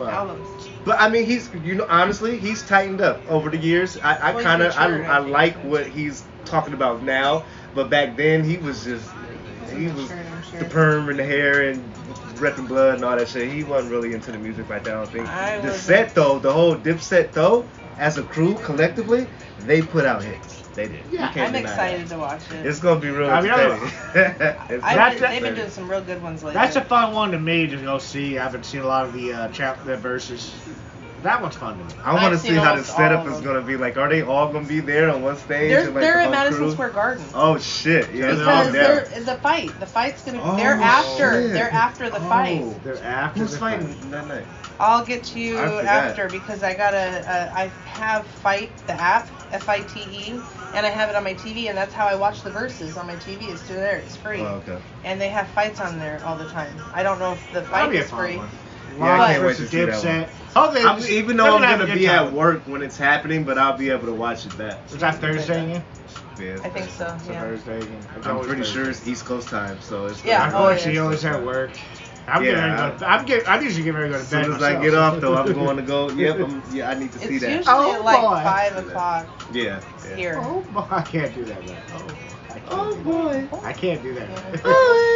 [SPEAKER 2] Wow.
[SPEAKER 4] albums.
[SPEAKER 2] But I mean, he's you know honestly, he's tightened up over the years. I, I
[SPEAKER 4] Well, he's
[SPEAKER 2] kind of I,
[SPEAKER 4] matured,
[SPEAKER 2] I
[SPEAKER 4] I think.
[SPEAKER 2] like what he's talking about now, but back then he was just he
[SPEAKER 4] He's
[SPEAKER 2] was
[SPEAKER 4] matured, I'm sure.
[SPEAKER 2] the perm and the hair and rep and blood and all that shit. He wasn't really into the music like that. I don't think.
[SPEAKER 4] I
[SPEAKER 2] the
[SPEAKER 4] wasn't.
[SPEAKER 2] set though, the whole dip set though, as a crew collectively, they put out hits. They did. You
[SPEAKER 3] Yeah,
[SPEAKER 2] can't
[SPEAKER 4] I'm
[SPEAKER 2] deny
[SPEAKER 4] excited
[SPEAKER 2] that.
[SPEAKER 4] to watch it.
[SPEAKER 2] It's gonna be real
[SPEAKER 3] I mean, I-
[SPEAKER 2] entertaining. It's gonna
[SPEAKER 4] I've
[SPEAKER 3] That's
[SPEAKER 4] been-
[SPEAKER 2] be
[SPEAKER 3] a-
[SPEAKER 4] they've been
[SPEAKER 2] entertaining.
[SPEAKER 4] doing some real good ones lately.
[SPEAKER 3] That's a fun one to me to go see. I've been seeing a lot of the uh, chap the verses. That one's fun to me.
[SPEAKER 2] I want to
[SPEAKER 4] I've
[SPEAKER 2] see
[SPEAKER 4] seen
[SPEAKER 2] how the
[SPEAKER 4] almost
[SPEAKER 2] setup
[SPEAKER 4] all of
[SPEAKER 2] is
[SPEAKER 4] them.
[SPEAKER 2] gonna be. Like, are they all gonna be there on one stage?
[SPEAKER 4] They're,
[SPEAKER 2] and, like,
[SPEAKER 4] they're
[SPEAKER 2] the
[SPEAKER 4] at
[SPEAKER 2] whole
[SPEAKER 4] Madison
[SPEAKER 2] crew?
[SPEAKER 4] Square Garden.
[SPEAKER 2] Oh shit! Yeah, they're all
[SPEAKER 4] because
[SPEAKER 2] down.
[SPEAKER 4] they're, the fight, the fight's gonna.
[SPEAKER 2] Oh,
[SPEAKER 4] they're after.
[SPEAKER 2] shit.
[SPEAKER 4] They're after the fight.
[SPEAKER 2] Oh.
[SPEAKER 3] They're after
[SPEAKER 2] Who's
[SPEAKER 3] the
[SPEAKER 2] fighting
[SPEAKER 3] fight.
[SPEAKER 2] that night?
[SPEAKER 4] I'll get to you
[SPEAKER 2] I forgot.
[SPEAKER 4] after because I gotta. Uh, I have fight the app, F I T E, and I have it on my TV, and that's how I watch the verses on my TV. It's through there. It's free.
[SPEAKER 2] Oh, okay.
[SPEAKER 4] And they have fights on there all the time. I don't know if the
[SPEAKER 3] That'd
[SPEAKER 4] fight
[SPEAKER 3] be a
[SPEAKER 4] is
[SPEAKER 3] fun
[SPEAKER 4] free.
[SPEAKER 3] one.
[SPEAKER 2] Yeah, I
[SPEAKER 3] Live
[SPEAKER 2] can't wait
[SPEAKER 3] versus
[SPEAKER 2] to see that
[SPEAKER 3] Dipset.
[SPEAKER 2] one.
[SPEAKER 3] Hopefully,
[SPEAKER 2] I'm,
[SPEAKER 3] it's-
[SPEAKER 2] even
[SPEAKER 3] they're
[SPEAKER 2] though I'm
[SPEAKER 3] have a
[SPEAKER 2] gonna
[SPEAKER 3] good
[SPEAKER 2] be at
[SPEAKER 3] time.
[SPEAKER 2] work when it's happening, but I'll be able to watch it back.
[SPEAKER 3] Is that Thursday again?
[SPEAKER 2] Yeah,
[SPEAKER 4] I think so.
[SPEAKER 3] It's a
[SPEAKER 4] Yeah.
[SPEAKER 3] Thursday again. It's
[SPEAKER 2] I'm
[SPEAKER 3] always
[SPEAKER 2] pretty
[SPEAKER 3] Thursday.
[SPEAKER 2] sure it's East Coast time, so it's.
[SPEAKER 4] Yeah,
[SPEAKER 3] I'm
[SPEAKER 4] oh,
[SPEAKER 3] going
[SPEAKER 4] yeah.
[SPEAKER 3] to the always at work. I'm
[SPEAKER 2] Yeah,
[SPEAKER 3] getting ready to go, I'm get, I'm usually getting ready to go
[SPEAKER 2] As
[SPEAKER 3] to bed.
[SPEAKER 2] soon as I
[SPEAKER 3] myself.
[SPEAKER 2] get off, though, I'm going to go. Yep, I'm, yeah, I need to
[SPEAKER 4] It's
[SPEAKER 2] see
[SPEAKER 4] usually
[SPEAKER 2] that.
[SPEAKER 3] Oh,
[SPEAKER 4] at like
[SPEAKER 3] boy.
[SPEAKER 4] five o'clock
[SPEAKER 2] Yeah. yeah. Oh,
[SPEAKER 4] here.
[SPEAKER 3] Oh boy, I can't do that. Man. Oh, I can't do that.
[SPEAKER 2] boy.
[SPEAKER 3] I can't do that.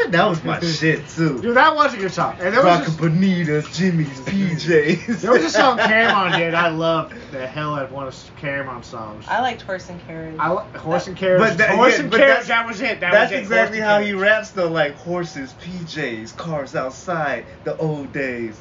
[SPEAKER 2] Oh that was my shit too.
[SPEAKER 3] Dude, that wasn't your song. And there was
[SPEAKER 2] Rockin'
[SPEAKER 3] this,
[SPEAKER 2] Bonitas, Jimmy's, PJs.
[SPEAKER 3] there was a song Cameron did. I loved the hell out of one of Cameron's songs.
[SPEAKER 4] I liked horse and carriage.
[SPEAKER 3] I lo- horse and carriage.
[SPEAKER 2] But that-
[SPEAKER 3] horse
[SPEAKER 2] yeah,
[SPEAKER 3] and
[SPEAKER 2] but
[SPEAKER 3] carriage.
[SPEAKER 2] that's-
[SPEAKER 3] That was it. That
[SPEAKER 2] That's
[SPEAKER 3] was it.
[SPEAKER 2] exactly
[SPEAKER 3] Horse and
[SPEAKER 2] how he
[SPEAKER 3] carriage.
[SPEAKER 2] raps though, like horses, PJs, cars outside, the old days.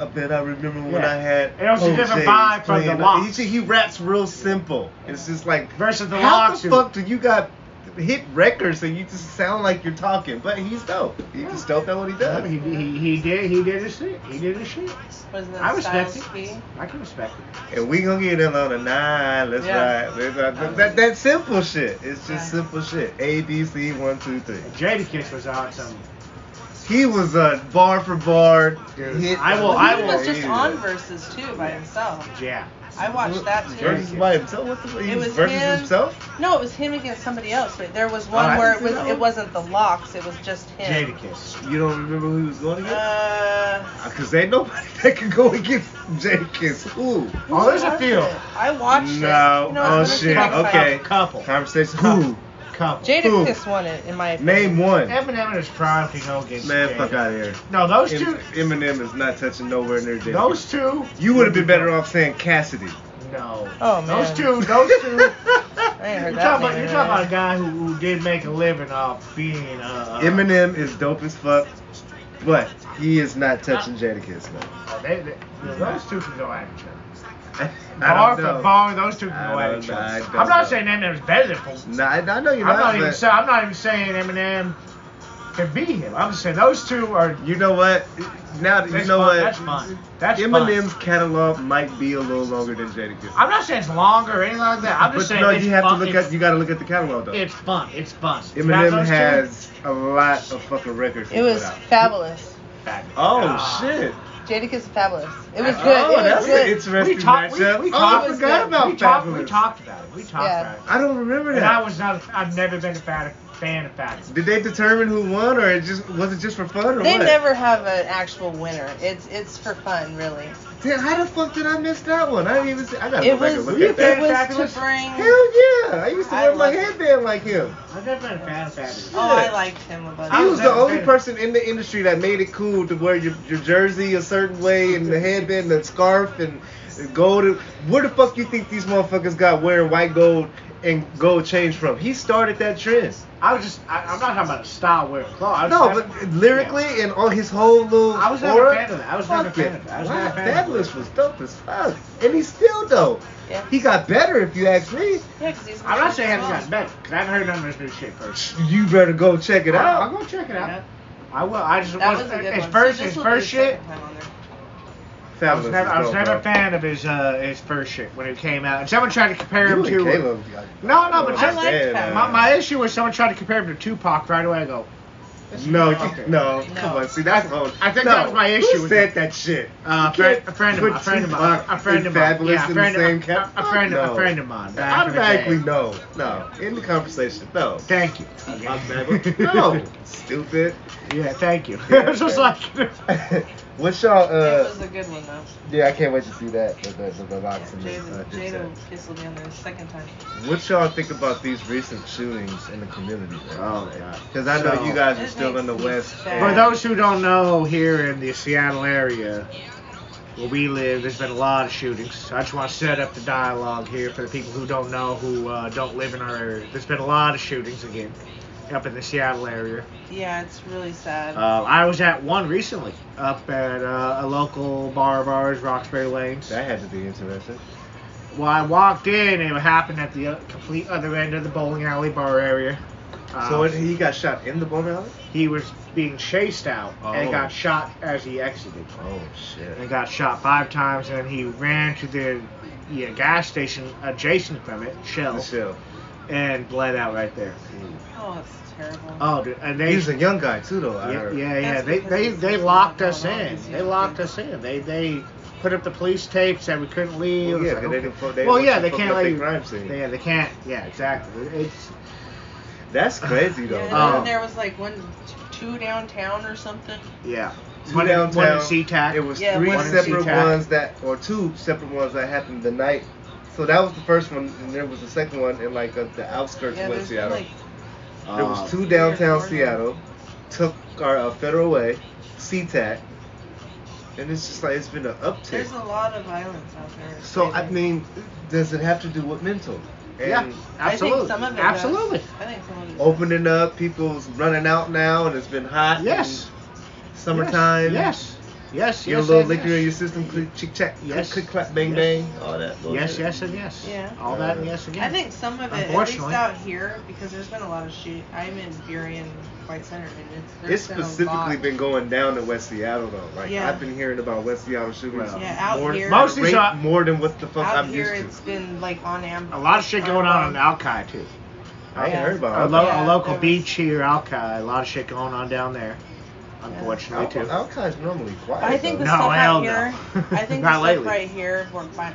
[SPEAKER 2] I bet I remember when
[SPEAKER 3] Yeah.
[SPEAKER 2] I had.
[SPEAKER 3] It was a different
[SPEAKER 2] OJs
[SPEAKER 3] vibe from the
[SPEAKER 2] playing-
[SPEAKER 3] Locks.
[SPEAKER 2] He, he raps real simple. It's just like
[SPEAKER 3] Versus the
[SPEAKER 2] how
[SPEAKER 3] Locks
[SPEAKER 2] the
[SPEAKER 3] who-
[SPEAKER 2] fuck do you got hit records and you just sound like you're talking? But he's dope. He's just dope at what he
[SPEAKER 3] Yeah,
[SPEAKER 2] does.
[SPEAKER 3] He, he, he did he did his shit. He did his shit.
[SPEAKER 4] Wasn't that
[SPEAKER 3] I respect
[SPEAKER 4] Styles
[SPEAKER 3] it.
[SPEAKER 4] P?
[SPEAKER 3] I can respect it.
[SPEAKER 2] And we gonna get in on a nine. Let's
[SPEAKER 4] Yeah.
[SPEAKER 2] ride. Let's ride. That, that that simple shit. It's just
[SPEAKER 4] Yeah.
[SPEAKER 2] simple shit. A B C one two three.
[SPEAKER 3] Jadakiss was on some.
[SPEAKER 2] He was a bar for bar. Hit
[SPEAKER 3] I will-
[SPEAKER 4] Well,
[SPEAKER 3] I
[SPEAKER 4] he
[SPEAKER 3] will-
[SPEAKER 4] was just
[SPEAKER 2] Yeah.
[SPEAKER 4] on verses too by himself.
[SPEAKER 3] Yeah.
[SPEAKER 4] I watched that
[SPEAKER 2] Versus
[SPEAKER 4] too.
[SPEAKER 2] by himself. What the fuck? He
[SPEAKER 4] It
[SPEAKER 2] was
[SPEAKER 4] was
[SPEAKER 2] versus
[SPEAKER 4] him.
[SPEAKER 2] himself.
[SPEAKER 4] No, it was him against somebody else. But there was
[SPEAKER 2] Oh, I
[SPEAKER 4] one where it
[SPEAKER 2] didn't
[SPEAKER 4] was
[SPEAKER 2] see that
[SPEAKER 4] it
[SPEAKER 2] one.
[SPEAKER 4] wasn't the locks. It was just him.
[SPEAKER 3] Jadakiss.
[SPEAKER 2] You don't remember who he was going against?
[SPEAKER 4] Uh,
[SPEAKER 2] Cause ain't nobody that can go against Jenkins. Who?
[SPEAKER 3] Oh, there's a few.
[SPEAKER 4] I watched it.
[SPEAKER 2] No.
[SPEAKER 4] You
[SPEAKER 2] Oh,
[SPEAKER 4] know, it's
[SPEAKER 2] shit.
[SPEAKER 4] gonna be
[SPEAKER 2] Okay.
[SPEAKER 3] Couple.
[SPEAKER 2] Conversation. Who? Who?
[SPEAKER 3] Couple.
[SPEAKER 4] Jada Kiss won it in my opinion.
[SPEAKER 2] Name one.
[SPEAKER 3] Eminem and his triumph to go against.
[SPEAKER 2] Man, fuck
[SPEAKER 3] Jadakiss.
[SPEAKER 2] out of here.
[SPEAKER 3] No, those
[SPEAKER 2] Em-
[SPEAKER 3] two.
[SPEAKER 2] Eminem is not touching nowhere near Jenkins.
[SPEAKER 3] Those two.
[SPEAKER 2] You would have been better off saying Cassidy.
[SPEAKER 3] No.
[SPEAKER 4] Oh, man.
[SPEAKER 3] Those two. Those two.
[SPEAKER 4] I ain't
[SPEAKER 3] You're
[SPEAKER 4] heard
[SPEAKER 3] talking,
[SPEAKER 4] that.
[SPEAKER 3] about,
[SPEAKER 4] name
[SPEAKER 3] you're
[SPEAKER 4] in
[SPEAKER 3] talking about a
[SPEAKER 4] a
[SPEAKER 3] guy who, who did make a living off being uh, uh,
[SPEAKER 2] Eminem is dope as fuck, but he is not touching Jadakiss, man.
[SPEAKER 3] uh, They, they, those two can go at each other.
[SPEAKER 2] I, I
[SPEAKER 3] Bar
[SPEAKER 2] don't know.
[SPEAKER 3] for bar, those two can
[SPEAKER 2] I
[SPEAKER 3] go at
[SPEAKER 2] don't
[SPEAKER 3] each
[SPEAKER 2] know, I
[SPEAKER 3] other.
[SPEAKER 2] don't
[SPEAKER 3] I'm not
[SPEAKER 2] know.
[SPEAKER 3] saying Eminem's better than Pooh.
[SPEAKER 2] Nah, I, I know you're
[SPEAKER 3] I'm not even
[SPEAKER 2] but-
[SPEAKER 3] saying I'm not even saying Eminem can beat him. I'm just saying those two are.
[SPEAKER 2] You know what? Now that you
[SPEAKER 3] That's
[SPEAKER 2] know what?
[SPEAKER 3] fine, that's fine. That's
[SPEAKER 2] Eminem's
[SPEAKER 3] fine.
[SPEAKER 2] catalog might be a little longer than Jadakiss.
[SPEAKER 3] I'm not saying it's longer or anything like that. I'm
[SPEAKER 2] but
[SPEAKER 3] just saying
[SPEAKER 2] no,
[SPEAKER 3] it's
[SPEAKER 2] you have
[SPEAKER 3] fun.
[SPEAKER 2] to look
[SPEAKER 3] it's,
[SPEAKER 2] at you got to look at the catalog though.
[SPEAKER 3] it's fun. It's fun. It's not
[SPEAKER 2] Eminem
[SPEAKER 3] those two.
[SPEAKER 2] has a lot of fucking records. he
[SPEAKER 4] It was
[SPEAKER 2] put out.
[SPEAKER 4] fabulous.
[SPEAKER 2] Oh
[SPEAKER 3] Ah.
[SPEAKER 2] shit!
[SPEAKER 4] Jada Kiss is fabulous. It was good.
[SPEAKER 2] Oh,
[SPEAKER 4] it was
[SPEAKER 2] that's
[SPEAKER 4] good.
[SPEAKER 2] an interesting
[SPEAKER 3] We talked- we-
[SPEAKER 2] matchup.
[SPEAKER 3] we
[SPEAKER 2] oh, I
[SPEAKER 4] talked-
[SPEAKER 2] forgot about
[SPEAKER 3] we talked,
[SPEAKER 2] Fabulous.
[SPEAKER 3] we talked about it. We talked
[SPEAKER 4] Yeah.
[SPEAKER 3] about it.
[SPEAKER 2] I don't remember that.
[SPEAKER 3] And I was not. I've never been a fan, fan of Fabulous.
[SPEAKER 2] Did they determine who won, or it just was it just for fun, or
[SPEAKER 4] They
[SPEAKER 2] what?
[SPEAKER 4] never have an actual winner. It's it's for fun, really.
[SPEAKER 2] Damn, how the fuck did I miss that one? I didn't even. See, I gotta
[SPEAKER 4] It
[SPEAKER 2] go back and
[SPEAKER 4] was
[SPEAKER 2] look at
[SPEAKER 4] it
[SPEAKER 2] that.
[SPEAKER 3] Fabulous?
[SPEAKER 4] was to bring.
[SPEAKER 2] Hell yeah! I used to
[SPEAKER 4] I
[SPEAKER 2] wear my
[SPEAKER 4] love it.
[SPEAKER 2] headband like him.
[SPEAKER 3] I've never been a fan of Fabulous.
[SPEAKER 4] Oh, I liked him a bunch.
[SPEAKER 2] He
[SPEAKER 3] I
[SPEAKER 2] was the
[SPEAKER 3] never
[SPEAKER 2] only
[SPEAKER 3] been.
[SPEAKER 2] person in the industry that made it cool to wear your, your jersey a certain way and the headband, the scarf, and the gold. Where the fuck you think these motherfuckers got wearing white gold and gold change from? He started that trend.
[SPEAKER 3] I was just. I, I'm not talking about a style wearing clothes. I was
[SPEAKER 2] No,
[SPEAKER 3] just-
[SPEAKER 2] but lyrically and all his whole little
[SPEAKER 3] I was never
[SPEAKER 2] aura,
[SPEAKER 3] a fan of that. I was never a
[SPEAKER 2] fuck
[SPEAKER 3] fan
[SPEAKER 2] it.
[SPEAKER 3] of that. I was
[SPEAKER 2] Wow,
[SPEAKER 3] never a fan of
[SPEAKER 2] Fabulous
[SPEAKER 3] that.
[SPEAKER 2] was dope as fuck, and he's still dope.
[SPEAKER 4] Yeah.
[SPEAKER 2] He got better, if you ask me.
[SPEAKER 4] Yeah, 'cause he's.
[SPEAKER 3] I'm not saying I haven't gotten better, 'cause I haven't heard none of this new shit first.
[SPEAKER 2] You better go check it
[SPEAKER 3] I'll, I'll
[SPEAKER 2] out.
[SPEAKER 3] go check it out. I will. I just
[SPEAKER 4] That
[SPEAKER 3] was,
[SPEAKER 4] was a good
[SPEAKER 3] his
[SPEAKER 4] one.
[SPEAKER 3] first
[SPEAKER 4] So
[SPEAKER 3] his
[SPEAKER 4] this will be
[SPEAKER 3] first
[SPEAKER 4] the second
[SPEAKER 3] shit.
[SPEAKER 4] time on there.
[SPEAKER 3] I
[SPEAKER 2] Fabulous
[SPEAKER 3] was never, I was
[SPEAKER 2] dope,
[SPEAKER 3] never a
[SPEAKER 2] bro.
[SPEAKER 3] fan of his uh, his first shit when it came out. And someone tried to compare him
[SPEAKER 2] You
[SPEAKER 3] to
[SPEAKER 2] and Caleb.
[SPEAKER 3] No, no, but
[SPEAKER 2] Oh,
[SPEAKER 3] I liked
[SPEAKER 2] man.
[SPEAKER 4] Fabulous.
[SPEAKER 3] my, my issue was someone tried to compare him to Tupac right away. I go,
[SPEAKER 2] No, you-
[SPEAKER 3] Okay.
[SPEAKER 2] no,
[SPEAKER 4] No.
[SPEAKER 2] come on. See, that's the whole.
[SPEAKER 3] I think
[SPEAKER 2] no.
[SPEAKER 3] that was my issue
[SPEAKER 2] Who
[SPEAKER 3] with
[SPEAKER 2] said that shit?
[SPEAKER 3] Uh, a
[SPEAKER 2] You
[SPEAKER 3] friend,
[SPEAKER 2] can't
[SPEAKER 3] a friend of
[SPEAKER 2] put
[SPEAKER 3] mine, a friend of mine,
[SPEAKER 2] Tupac
[SPEAKER 3] a friend
[SPEAKER 2] and
[SPEAKER 3] of mine,
[SPEAKER 2] Fabulous
[SPEAKER 3] yeah, a
[SPEAKER 2] in
[SPEAKER 3] friend,
[SPEAKER 2] the same
[SPEAKER 3] a,
[SPEAKER 2] cap-
[SPEAKER 3] a, a friend,
[SPEAKER 2] Fuck
[SPEAKER 3] of-
[SPEAKER 2] no.
[SPEAKER 3] a friend of mine. back in the
[SPEAKER 2] Automatically,
[SPEAKER 3] day.
[SPEAKER 2] no, no. In the conversation, no.
[SPEAKER 3] Thank you.
[SPEAKER 2] Automatically, no. Stupid.
[SPEAKER 3] Yeah, thank you.
[SPEAKER 2] Yeah,
[SPEAKER 3] It's just
[SPEAKER 2] thank
[SPEAKER 3] like,
[SPEAKER 2] What's y'all?
[SPEAKER 4] It
[SPEAKER 2] Uh,
[SPEAKER 4] was a good one though.
[SPEAKER 2] yeah, I can't wait to see that. The, the, the, the
[SPEAKER 4] Yeah,
[SPEAKER 2] box and the, uh,
[SPEAKER 4] Jada,
[SPEAKER 2] headset.
[SPEAKER 4] Jada Kiss will be on there the second time.
[SPEAKER 2] What y'all think about these recent shootings in the community?
[SPEAKER 3] Oh, God.
[SPEAKER 2] Because I know
[SPEAKER 3] So-
[SPEAKER 2] you guys are
[SPEAKER 4] It
[SPEAKER 2] still in the
[SPEAKER 4] makes me
[SPEAKER 2] West.
[SPEAKER 4] sad.
[SPEAKER 3] for those who don't know, here in the Seattle area where we live, there's been a lot of shootings. I just want to set up the dialogue here for the people who don't know, who uh, don't live in our area. There's been a lot of shootings again up in the Seattle area.
[SPEAKER 4] Yeah, it's really sad.
[SPEAKER 3] Uh, I was at one recently up at uh, a local bar of ours, Roxbury Lanes.
[SPEAKER 2] That had to be interesting.
[SPEAKER 3] Well, I walked in, and it happened at the uh, complete other end of the bowling alley bar area. Um,
[SPEAKER 2] so what, he got shot in the bowling alley?
[SPEAKER 3] he was being chased out and
[SPEAKER 2] Oh.
[SPEAKER 3] got shot as he exited.
[SPEAKER 2] Oh shit.
[SPEAKER 3] And got shot five times, and he ran to the yeah, gas station adjacent from it, Shell,
[SPEAKER 2] Michelle.
[SPEAKER 3] and bled out right there.
[SPEAKER 4] oh, it's terrible.
[SPEAKER 3] Oh, dude, and they
[SPEAKER 2] He's Hmm. a young guy too, though. I
[SPEAKER 3] yeah,
[SPEAKER 2] heard.
[SPEAKER 3] yeah, yeah.
[SPEAKER 4] That's
[SPEAKER 3] They,
[SPEAKER 4] because
[SPEAKER 3] they
[SPEAKER 4] it's
[SPEAKER 3] they
[SPEAKER 4] so
[SPEAKER 3] locked
[SPEAKER 4] long
[SPEAKER 3] us
[SPEAKER 4] gone on,
[SPEAKER 3] in.
[SPEAKER 4] it's
[SPEAKER 3] They
[SPEAKER 4] usually-
[SPEAKER 3] locked us in. They they put up the police tape said we couldn't leave.
[SPEAKER 2] Well, yeah,
[SPEAKER 3] It's like,
[SPEAKER 2] but they
[SPEAKER 3] okay.
[SPEAKER 2] didn't fuck- they
[SPEAKER 3] well,
[SPEAKER 2] didn't
[SPEAKER 3] yeah,
[SPEAKER 2] want
[SPEAKER 3] they
[SPEAKER 2] you to
[SPEAKER 3] can't
[SPEAKER 2] fuck up
[SPEAKER 3] let
[SPEAKER 2] the
[SPEAKER 3] you.
[SPEAKER 2] crime scene.
[SPEAKER 3] Yeah, they can't. Yeah, exactly. It's
[SPEAKER 2] That's crazy though.
[SPEAKER 4] yeah, and
[SPEAKER 2] man.
[SPEAKER 3] Oh.
[SPEAKER 4] then there was like one, two downtown or something.
[SPEAKER 3] yeah.
[SPEAKER 2] Two
[SPEAKER 3] One in- One in
[SPEAKER 2] downtown,
[SPEAKER 3] SeaTac.
[SPEAKER 2] It was
[SPEAKER 4] Yeah,
[SPEAKER 2] three
[SPEAKER 4] one in
[SPEAKER 2] separate
[SPEAKER 3] SeaTac.
[SPEAKER 2] ones that, or two separate ones that happened the night. So that was the first one, and there was the second one in like uh, the outskirts
[SPEAKER 4] Yeah,
[SPEAKER 2] of West
[SPEAKER 4] there's been
[SPEAKER 2] Seattle.
[SPEAKER 4] like
[SPEAKER 2] there was
[SPEAKER 3] Um,
[SPEAKER 2] two downtown
[SPEAKER 4] Three or four.
[SPEAKER 2] Seattle, took our uh, federal way, CTAC, and it's just like it's been an uptick.
[SPEAKER 4] There's a lot of violence out there. It's
[SPEAKER 2] So I
[SPEAKER 4] crazy.
[SPEAKER 2] mean, does it have to do with mental? And
[SPEAKER 3] Yeah, absolutely.
[SPEAKER 4] I think some of it does.
[SPEAKER 3] absolutely.
[SPEAKER 4] I think some of it. does.
[SPEAKER 2] Opening up, people's running out now, and it's been hot.
[SPEAKER 3] Yes.
[SPEAKER 2] and Summertime.
[SPEAKER 3] Yes. Yes. yes
[SPEAKER 2] Your little
[SPEAKER 3] and
[SPEAKER 2] liquor in your
[SPEAKER 3] yes.
[SPEAKER 2] system, click, chick, check,
[SPEAKER 3] Yes.
[SPEAKER 2] click, clap, bang,
[SPEAKER 3] Yes.
[SPEAKER 2] bang, all that. bullshit.
[SPEAKER 3] Yes, yes, and yes.
[SPEAKER 4] Yeah.
[SPEAKER 3] All that and yes again.
[SPEAKER 4] I think some of it, at least
[SPEAKER 3] Unfortunately.
[SPEAKER 4] out here, because there's been a lot of shit. I'm in Burien White Center, and it's there's
[SPEAKER 2] It's
[SPEAKER 4] been a
[SPEAKER 2] specifically
[SPEAKER 4] lot.
[SPEAKER 2] been going down in West Seattle though. Like
[SPEAKER 4] Yeah.
[SPEAKER 2] I've been hearing about West Seattle shootings
[SPEAKER 3] Well,
[SPEAKER 4] Yeah, out
[SPEAKER 2] more,
[SPEAKER 4] here-
[SPEAKER 3] Mostly
[SPEAKER 2] rate
[SPEAKER 3] so-
[SPEAKER 2] more than what the fuck
[SPEAKER 4] out
[SPEAKER 2] I'm
[SPEAKER 4] here.
[SPEAKER 2] used
[SPEAKER 4] It's been like on Amber.
[SPEAKER 3] a lot of shit going on in Alki too.
[SPEAKER 2] to. I ain't
[SPEAKER 4] Yeah.
[SPEAKER 2] heard about
[SPEAKER 3] Our,
[SPEAKER 2] it.
[SPEAKER 3] lo-
[SPEAKER 4] Yeah,
[SPEAKER 3] our local
[SPEAKER 4] there was-
[SPEAKER 3] beach here, Alki, a lot of shit going on down there. Unfortunately too.
[SPEAKER 2] Alki's normally quiet.
[SPEAKER 4] I think the
[SPEAKER 3] No,
[SPEAKER 4] stuff
[SPEAKER 3] hell
[SPEAKER 4] out
[SPEAKER 3] no.
[SPEAKER 4] here. I think the
[SPEAKER 3] Not
[SPEAKER 4] stuff
[SPEAKER 3] lately.
[SPEAKER 4] right here, where by,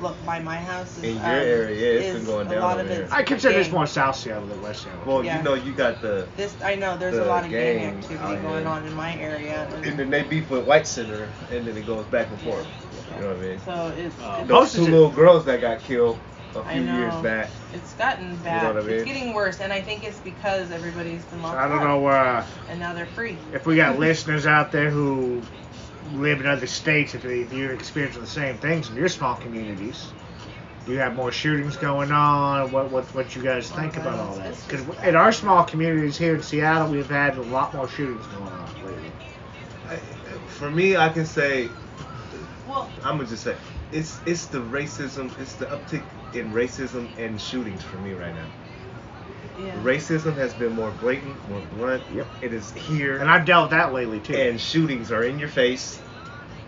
[SPEAKER 4] look by my house is.
[SPEAKER 2] In your
[SPEAKER 4] um,
[SPEAKER 2] area, yeah, it's
[SPEAKER 4] is
[SPEAKER 2] been going
[SPEAKER 4] a
[SPEAKER 2] down
[SPEAKER 4] lot
[SPEAKER 2] over
[SPEAKER 4] of
[SPEAKER 2] here.
[SPEAKER 4] it's
[SPEAKER 3] I consider this
[SPEAKER 4] gang.
[SPEAKER 3] more South Seattle than West Seattle.
[SPEAKER 2] Well,
[SPEAKER 4] Yeah.
[SPEAKER 2] you know, you got the
[SPEAKER 4] This I know. There's a
[SPEAKER 2] the
[SPEAKER 4] lot of gang,
[SPEAKER 2] gang out
[SPEAKER 4] activity
[SPEAKER 2] here.
[SPEAKER 4] going on in my area. and-
[SPEAKER 2] and then they beef with White Center, and then it goes back and forth. You know what I mean?
[SPEAKER 4] So it's
[SPEAKER 3] Uh,
[SPEAKER 2] Those
[SPEAKER 4] it's,
[SPEAKER 3] Most
[SPEAKER 2] two
[SPEAKER 3] of it-
[SPEAKER 2] little girls that got killed a
[SPEAKER 4] I
[SPEAKER 2] few years
[SPEAKER 4] know.
[SPEAKER 2] back.
[SPEAKER 4] it's gotten bad.
[SPEAKER 2] what I mean?
[SPEAKER 4] It's getting worse, and I think it's because everybody's been locked
[SPEAKER 3] I don't
[SPEAKER 4] up,
[SPEAKER 3] know uh,
[SPEAKER 4] and now they're free.
[SPEAKER 3] if we got listeners out there who live in other states. If, if you're experiencing the same things in your small communities, do you have more shootings going on. What what what you guys think about all that? Because in our small communities here in Seattle, we've had a lot more shootings going on lately.
[SPEAKER 2] I- For me, I can say
[SPEAKER 4] Well,
[SPEAKER 2] I'm gonna just say it's it's the racism, it's the uptick in racism and shootings for me right now.
[SPEAKER 4] yeah.
[SPEAKER 2] Racism has been more blatant, more blunt.
[SPEAKER 3] Yep.
[SPEAKER 2] It is here,
[SPEAKER 3] And
[SPEAKER 2] and,
[SPEAKER 3] I've dealt with that lately too.
[SPEAKER 2] shootings are in your face.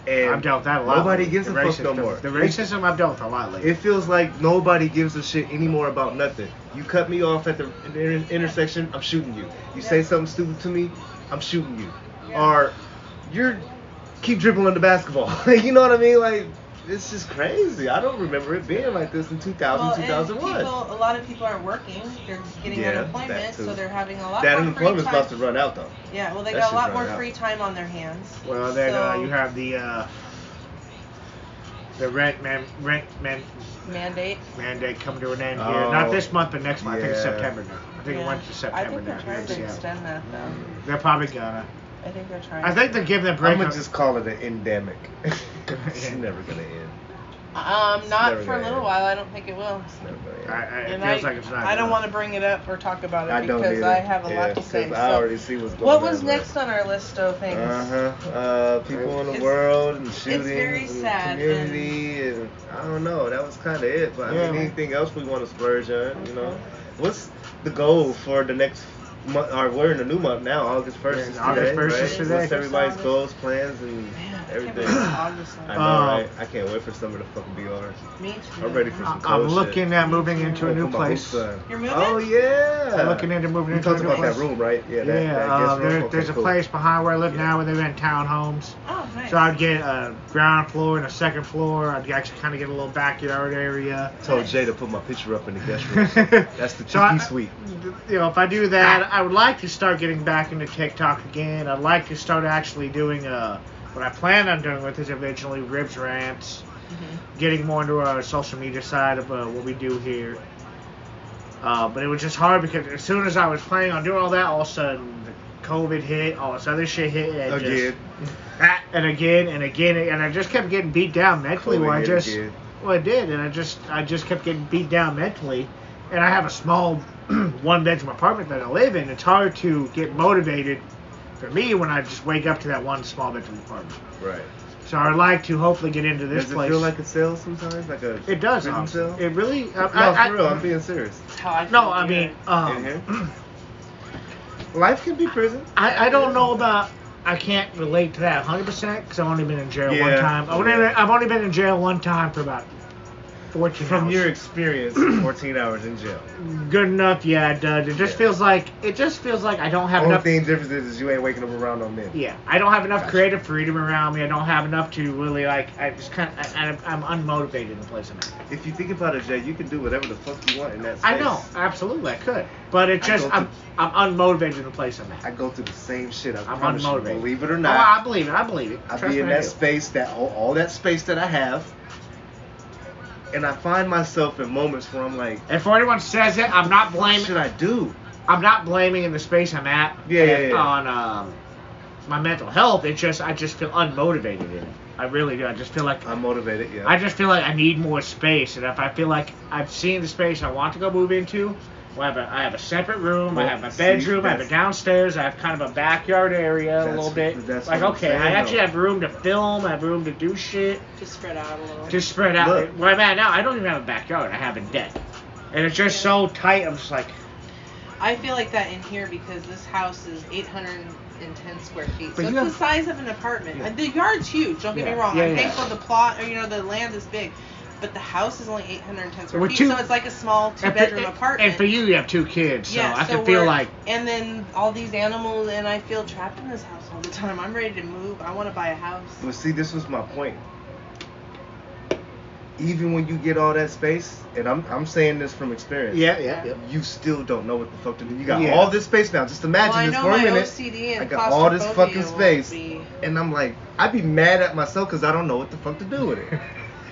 [SPEAKER 2] And
[SPEAKER 3] I've dealt with that a lot.
[SPEAKER 2] Nobody
[SPEAKER 3] lately.
[SPEAKER 2] gives
[SPEAKER 3] The
[SPEAKER 2] a fuck
[SPEAKER 3] racism-
[SPEAKER 2] no more.
[SPEAKER 3] The racism I've dealt with a lot lately.
[SPEAKER 2] It feels like nobody gives a shit anymore about nothing. You cut me off at the inter- intersection, I'm shooting you. You say
[SPEAKER 4] Yeah.
[SPEAKER 2] something stupid to me, I'm shooting you.
[SPEAKER 4] Yeah.
[SPEAKER 2] Or you're keep dribbling the basketball. Like, you know what I mean? Like it's just crazy. I don't remember it being like this in 2000,
[SPEAKER 4] Well, and
[SPEAKER 2] 2001.
[SPEAKER 4] People, a lot of people aren't working. They're getting
[SPEAKER 2] Yeah, that
[SPEAKER 4] unemployment,
[SPEAKER 2] too.
[SPEAKER 4] so they're having a lot
[SPEAKER 2] that
[SPEAKER 4] more free time.
[SPEAKER 2] unemployment's about to run out though.
[SPEAKER 4] Yeah, well, they
[SPEAKER 2] That
[SPEAKER 4] got a
[SPEAKER 2] shit's
[SPEAKER 4] lot more
[SPEAKER 2] running out.
[SPEAKER 4] free time on their hands.
[SPEAKER 3] Well, then uh,
[SPEAKER 4] So-
[SPEAKER 3] you have the uh, the rent man rent man
[SPEAKER 4] mandate.
[SPEAKER 3] mandate coming to an end here.
[SPEAKER 2] Oh.
[SPEAKER 3] Not this month, but next month. I think it's
[SPEAKER 2] Yeah.
[SPEAKER 3] September now. I think it
[SPEAKER 4] Yeah.
[SPEAKER 3] went to
[SPEAKER 4] I
[SPEAKER 3] September
[SPEAKER 4] think
[SPEAKER 3] now.
[SPEAKER 4] they're
[SPEAKER 3] here in
[SPEAKER 4] trying to
[SPEAKER 3] Seattle.
[SPEAKER 4] extend that though.
[SPEAKER 3] They're probably gonna.
[SPEAKER 4] I think they're trying.
[SPEAKER 3] I think they're giving them break.
[SPEAKER 2] I'm gonna
[SPEAKER 3] on-
[SPEAKER 2] just call it an endemic. it's never gonna end.
[SPEAKER 4] Um,
[SPEAKER 2] Never
[SPEAKER 4] not for a
[SPEAKER 2] gonna
[SPEAKER 4] little
[SPEAKER 2] end.
[SPEAKER 4] while. I don't think it will.
[SPEAKER 2] It's never gonna
[SPEAKER 3] I,
[SPEAKER 2] end.
[SPEAKER 3] I, it
[SPEAKER 4] And
[SPEAKER 3] feels like it's not.
[SPEAKER 4] I don't
[SPEAKER 3] gonna-
[SPEAKER 4] want to bring it up or talk about it
[SPEAKER 2] I don't
[SPEAKER 4] because
[SPEAKER 2] either.
[SPEAKER 4] I have a
[SPEAKER 2] Yeah,
[SPEAKER 4] lot to say.
[SPEAKER 2] 'cause I
[SPEAKER 4] So,
[SPEAKER 2] already see what's going
[SPEAKER 4] what
[SPEAKER 2] on
[SPEAKER 4] was
[SPEAKER 2] there.
[SPEAKER 4] next on our list of things?
[SPEAKER 2] Uh-huh. Uh, people in the
[SPEAKER 4] It's-
[SPEAKER 2] world and shooting.
[SPEAKER 4] very
[SPEAKER 2] and
[SPEAKER 4] sad
[SPEAKER 2] Community and, I don't know. That was kind of it. But I
[SPEAKER 3] Yeah.
[SPEAKER 2] mean, anything else we want to splurge on? You know,
[SPEAKER 4] Okay.
[SPEAKER 2] what's the goal for the next? month? Or we're in a new month now. August first
[SPEAKER 3] Yeah,
[SPEAKER 2] is
[SPEAKER 3] August
[SPEAKER 2] today,
[SPEAKER 3] 1st
[SPEAKER 2] right?
[SPEAKER 3] is today.
[SPEAKER 2] What's everybody's
[SPEAKER 4] August.
[SPEAKER 2] goals, plans, and
[SPEAKER 4] Man, I can't believe
[SPEAKER 2] everything.
[SPEAKER 4] it's August
[SPEAKER 2] I
[SPEAKER 4] already.
[SPEAKER 2] know,
[SPEAKER 3] Uh,
[SPEAKER 2] right? I can't wait for summer to fucking be over.
[SPEAKER 4] Me too. Oh,
[SPEAKER 2] I'm ready for some
[SPEAKER 3] I-
[SPEAKER 2] cold
[SPEAKER 3] I'm
[SPEAKER 2] shit.
[SPEAKER 3] looking at moving into
[SPEAKER 2] Oh,
[SPEAKER 3] a new
[SPEAKER 2] put my
[SPEAKER 3] place.
[SPEAKER 2] boots on.
[SPEAKER 4] You're moving?
[SPEAKER 2] Oh yeah.
[SPEAKER 3] I'm looking into moving
[SPEAKER 2] We
[SPEAKER 3] into a
[SPEAKER 2] talked
[SPEAKER 3] new
[SPEAKER 2] about
[SPEAKER 3] place.
[SPEAKER 2] that room, right?
[SPEAKER 3] Yeah,
[SPEAKER 2] that, that
[SPEAKER 3] uh,
[SPEAKER 2] guest room.
[SPEAKER 3] there,
[SPEAKER 2] Okay,
[SPEAKER 3] there's a
[SPEAKER 2] cool.
[SPEAKER 3] place behind where I live
[SPEAKER 2] Yeah.
[SPEAKER 3] now where they rent townhomes.
[SPEAKER 4] Oh, nice.
[SPEAKER 3] So I'd get a ground floor and a second floor. I'd actually kind of get a little backyard area.
[SPEAKER 2] Told Jay to put my picture up in the guest room. That's
[SPEAKER 3] That's
[SPEAKER 2] the
[SPEAKER 3] So I-
[SPEAKER 2] tiki suite.
[SPEAKER 3] You know, if I do that, I would like to start getting back into TikTok again. I'd like to start actually doing uh, what I planned on doing with is originally ribs rants, getting more into our social media side of uh, what we do here. Uh, but it was just hard because as soon as I was planning on doing all that, all of a sudden the COVID hit, all this other shit hit, and just-
[SPEAKER 2] Again.
[SPEAKER 3] Ah, and again and again, and I just kept getting beat down mentally.
[SPEAKER 2] Covid
[SPEAKER 3] Where I
[SPEAKER 2] hit
[SPEAKER 3] just
[SPEAKER 2] again.
[SPEAKER 3] well, I did, and I just I just kept getting beat down mentally. And I have a small one bedroom apartment that I live in. It's hard to get motivated for me when I just wake up to that one small bedroom apartment.
[SPEAKER 2] Right.
[SPEAKER 3] So I'd like to hopefully get into this
[SPEAKER 2] does
[SPEAKER 3] place.
[SPEAKER 2] it feel like a sale sometimes? Like a
[SPEAKER 3] it does.
[SPEAKER 2] prison
[SPEAKER 3] honestly.
[SPEAKER 2] cell?
[SPEAKER 3] It really. I,
[SPEAKER 2] no,
[SPEAKER 3] I,
[SPEAKER 2] for real.
[SPEAKER 3] I,
[SPEAKER 2] I'm being serious.
[SPEAKER 4] That's how I
[SPEAKER 3] no,
[SPEAKER 4] feel
[SPEAKER 3] I mean,
[SPEAKER 4] here.
[SPEAKER 3] um,
[SPEAKER 2] In here? Life can be prison.
[SPEAKER 3] I, I don't know about. I can't relate to that 100% because I've only been in jail one
[SPEAKER 2] Yeah.
[SPEAKER 3] time. I've only,
[SPEAKER 2] Yeah.
[SPEAKER 3] I've only been in jail one time for about 14
[SPEAKER 2] From
[SPEAKER 3] hours.
[SPEAKER 2] your experience, 14 hours in jail.
[SPEAKER 3] Good enough, yeah, it does. It just
[SPEAKER 2] Yeah.
[SPEAKER 3] feels like it just feels like I don't have
[SPEAKER 2] Only
[SPEAKER 3] enough.
[SPEAKER 2] thing difference is you ain't waking up around no men.
[SPEAKER 3] Yeah, I don't have enough
[SPEAKER 2] Gotcha.
[SPEAKER 3] creative freedom around me. I don't have enough to really like. I just kind of I, I'm unmotivated in the place I'm at.
[SPEAKER 2] If you think about it, Jay, you can do whatever the fuck you want in that space.
[SPEAKER 3] I know, absolutely, I could, but it
[SPEAKER 2] I
[SPEAKER 3] just
[SPEAKER 2] go
[SPEAKER 3] I'm
[SPEAKER 2] to-
[SPEAKER 3] I'm unmotivated in the place I'm at.
[SPEAKER 2] I go through the same shit. I
[SPEAKER 3] I'm
[SPEAKER 2] promise you,
[SPEAKER 3] unmotivated.
[SPEAKER 2] Believe it or
[SPEAKER 3] Oh, I
[SPEAKER 2] not,
[SPEAKER 3] believe it. I believe it.
[SPEAKER 2] I
[SPEAKER 3] Trust
[SPEAKER 2] be in
[SPEAKER 3] me, I
[SPEAKER 2] that
[SPEAKER 3] do.
[SPEAKER 2] space, that all, all that space that I have, and I find myself in moments where I'm like,
[SPEAKER 3] If anyone says it, I'm not
[SPEAKER 2] what
[SPEAKER 3] blaming.
[SPEAKER 2] should I do?
[SPEAKER 3] I'm not blaming in the space I'm at
[SPEAKER 2] Yeah, yeah, yeah.
[SPEAKER 3] on um, my mental health. It's just I just feel unmotivated in it. I really do. I just feel like
[SPEAKER 2] I'm motivated. Yeah.
[SPEAKER 3] I just feel like I need more space, and if I feel like I've seen the space I want to go move into, well, I have a, I have a separate room, I
[SPEAKER 2] Well,
[SPEAKER 3] have a
[SPEAKER 2] see,
[SPEAKER 3] bedroom, I have a
[SPEAKER 2] that's-
[SPEAKER 3] downstairs, I have kind of a backyard area a
[SPEAKER 2] That's-
[SPEAKER 3] little bit.
[SPEAKER 2] that's
[SPEAKER 3] Like,
[SPEAKER 2] what I'm
[SPEAKER 3] okay,
[SPEAKER 2] saying,
[SPEAKER 3] I actually
[SPEAKER 2] though.
[SPEAKER 3] have room to film, I have room to do shit,
[SPEAKER 4] Just spread out a little.
[SPEAKER 3] to spread out.
[SPEAKER 2] Look.
[SPEAKER 3] Where I'm at now, I don't even have a backyard, I have a deck. And it's just so tight, I'm just like,
[SPEAKER 4] I feel like that in here because this house is 810 square feet. So it's
[SPEAKER 3] But you
[SPEAKER 4] the
[SPEAKER 3] have-
[SPEAKER 4] size of an apartment. And The yard's huge. Don't get
[SPEAKER 3] Yeah,
[SPEAKER 4] me wrong.
[SPEAKER 3] yeah,
[SPEAKER 4] I'm
[SPEAKER 3] yeah.
[SPEAKER 4] thankful the plot or you know the land is big, but the house is only 810 square
[SPEAKER 3] With
[SPEAKER 4] feet.
[SPEAKER 3] two-
[SPEAKER 4] so it's like a small
[SPEAKER 3] and for-
[SPEAKER 4] two-bedroom
[SPEAKER 3] and-
[SPEAKER 4] apartment.
[SPEAKER 3] And for you, you have two kids, so I can feel
[SPEAKER 4] we're-
[SPEAKER 3] like,
[SPEAKER 4] And then all these animals, and I feel trapped in this house all the time. I'm ready to move. I want to buy a house.
[SPEAKER 2] But see, this was my point. Even when you get all that space, and I'm I'm saying this from experience.
[SPEAKER 3] yeah, yeah, yeah.
[SPEAKER 2] You still don't know what the fuck to do. You got
[SPEAKER 3] Yeah.
[SPEAKER 2] all this space now. Just imagine
[SPEAKER 4] well, I
[SPEAKER 2] this
[SPEAKER 4] know
[SPEAKER 2] for a
[SPEAKER 4] my
[SPEAKER 2] minute.
[SPEAKER 4] OCD and
[SPEAKER 2] I got all this
[SPEAKER 4] claustrophobia
[SPEAKER 2] fucking
[SPEAKER 4] won't
[SPEAKER 2] space.
[SPEAKER 4] be-
[SPEAKER 2] And I'm like, I'd be mad at myself because I don't know what the fuck to do with it.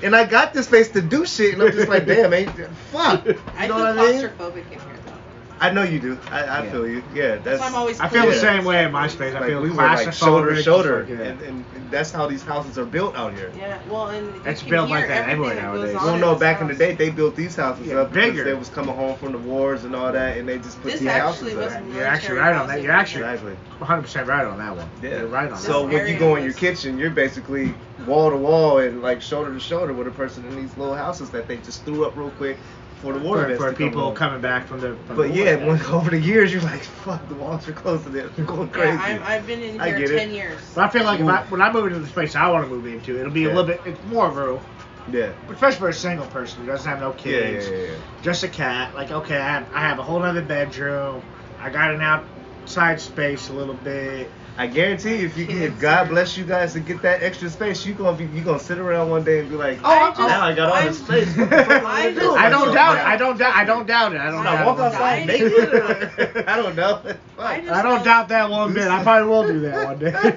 [SPEAKER 2] and I got this space to do shit, and I'm just like, damn, ain't fuck. You
[SPEAKER 4] I
[SPEAKER 2] know
[SPEAKER 4] feel
[SPEAKER 2] what I mean?
[SPEAKER 4] claustrophobic in here though.
[SPEAKER 2] I know you do. I, I
[SPEAKER 3] Yeah.
[SPEAKER 2] feel you. Yeah, that's.
[SPEAKER 4] I'm always
[SPEAKER 3] I feel the
[SPEAKER 2] Yeah.
[SPEAKER 3] same way in my space. I
[SPEAKER 2] Like,
[SPEAKER 3] feel
[SPEAKER 2] we were like shoulder
[SPEAKER 3] claustrophobic,
[SPEAKER 2] to
[SPEAKER 3] just
[SPEAKER 2] shoulder,
[SPEAKER 3] like, yeah.
[SPEAKER 2] and, and, and that's how these houses are built out here.
[SPEAKER 4] Yeah, well, and you
[SPEAKER 3] It's
[SPEAKER 4] can
[SPEAKER 3] built
[SPEAKER 4] hear
[SPEAKER 3] like that
[SPEAKER 4] everything
[SPEAKER 3] everywhere
[SPEAKER 4] that goes
[SPEAKER 3] nowadays.
[SPEAKER 4] on
[SPEAKER 2] Well, no,
[SPEAKER 4] this
[SPEAKER 2] back in the
[SPEAKER 4] house.
[SPEAKER 2] day, they built these houses
[SPEAKER 3] Yeah,
[SPEAKER 2] up because
[SPEAKER 3] bigger.
[SPEAKER 2] they was coming home from the wars and all that, and they just put
[SPEAKER 4] This
[SPEAKER 2] these
[SPEAKER 4] actually
[SPEAKER 2] houses
[SPEAKER 4] was
[SPEAKER 2] up.
[SPEAKER 3] You're actually right on that. You're actually
[SPEAKER 2] Exactly.
[SPEAKER 3] 100% right on that one. You're right on
[SPEAKER 2] So
[SPEAKER 3] that.
[SPEAKER 4] This
[SPEAKER 2] when you go
[SPEAKER 4] area
[SPEAKER 2] in your
[SPEAKER 4] was-
[SPEAKER 2] kitchen, you're basically wall to wall and like shoulder to shoulder with a person in these little houses that they just threw up real quick for the war
[SPEAKER 3] For,
[SPEAKER 2] vets
[SPEAKER 3] for
[SPEAKER 2] to come
[SPEAKER 3] people
[SPEAKER 2] home.
[SPEAKER 3] coming back from the. From the
[SPEAKER 2] But
[SPEAKER 3] war.
[SPEAKER 2] yeah, when, over the years, you're like, fuck, the walls are closing. They're going crazy.
[SPEAKER 4] Yeah, I'm, I've been in
[SPEAKER 2] I
[SPEAKER 4] here
[SPEAKER 2] get it.
[SPEAKER 4] ten years.
[SPEAKER 3] But I feel like if I, when I move into the space I want to move into, it'll be a
[SPEAKER 2] Yeah.
[SPEAKER 3] little bit. It's more of a,
[SPEAKER 2] yeah.
[SPEAKER 3] especially for a single person who doesn't have no
[SPEAKER 2] Yeah, yeah,
[SPEAKER 3] kids,
[SPEAKER 2] yeah, yeah.
[SPEAKER 3] just a cat. Like okay, I have, I have a whole other bedroom. I got an outside space a little bit.
[SPEAKER 2] I guarantee you, if you if God bless you guys to get that extra space, you gonna be you gonna sit around one day and be like,
[SPEAKER 4] I
[SPEAKER 2] oh,
[SPEAKER 4] just-
[SPEAKER 2] now I got all this
[SPEAKER 4] I'm-
[SPEAKER 2] space. What the fuck am
[SPEAKER 4] I
[SPEAKER 2] I, gonna
[SPEAKER 4] just-
[SPEAKER 2] do?
[SPEAKER 3] I don't
[SPEAKER 2] Myself
[SPEAKER 3] doubt it.
[SPEAKER 2] now?
[SPEAKER 3] I don't doubt. I don't doubt it. I don't
[SPEAKER 2] Should
[SPEAKER 3] doubt.
[SPEAKER 2] I walk
[SPEAKER 3] it.
[SPEAKER 2] outside
[SPEAKER 4] I
[SPEAKER 2] naked? I don't know.
[SPEAKER 4] I just
[SPEAKER 3] I don't
[SPEAKER 4] know-
[SPEAKER 3] doubt that one bit. Oh, I probably will do that one day.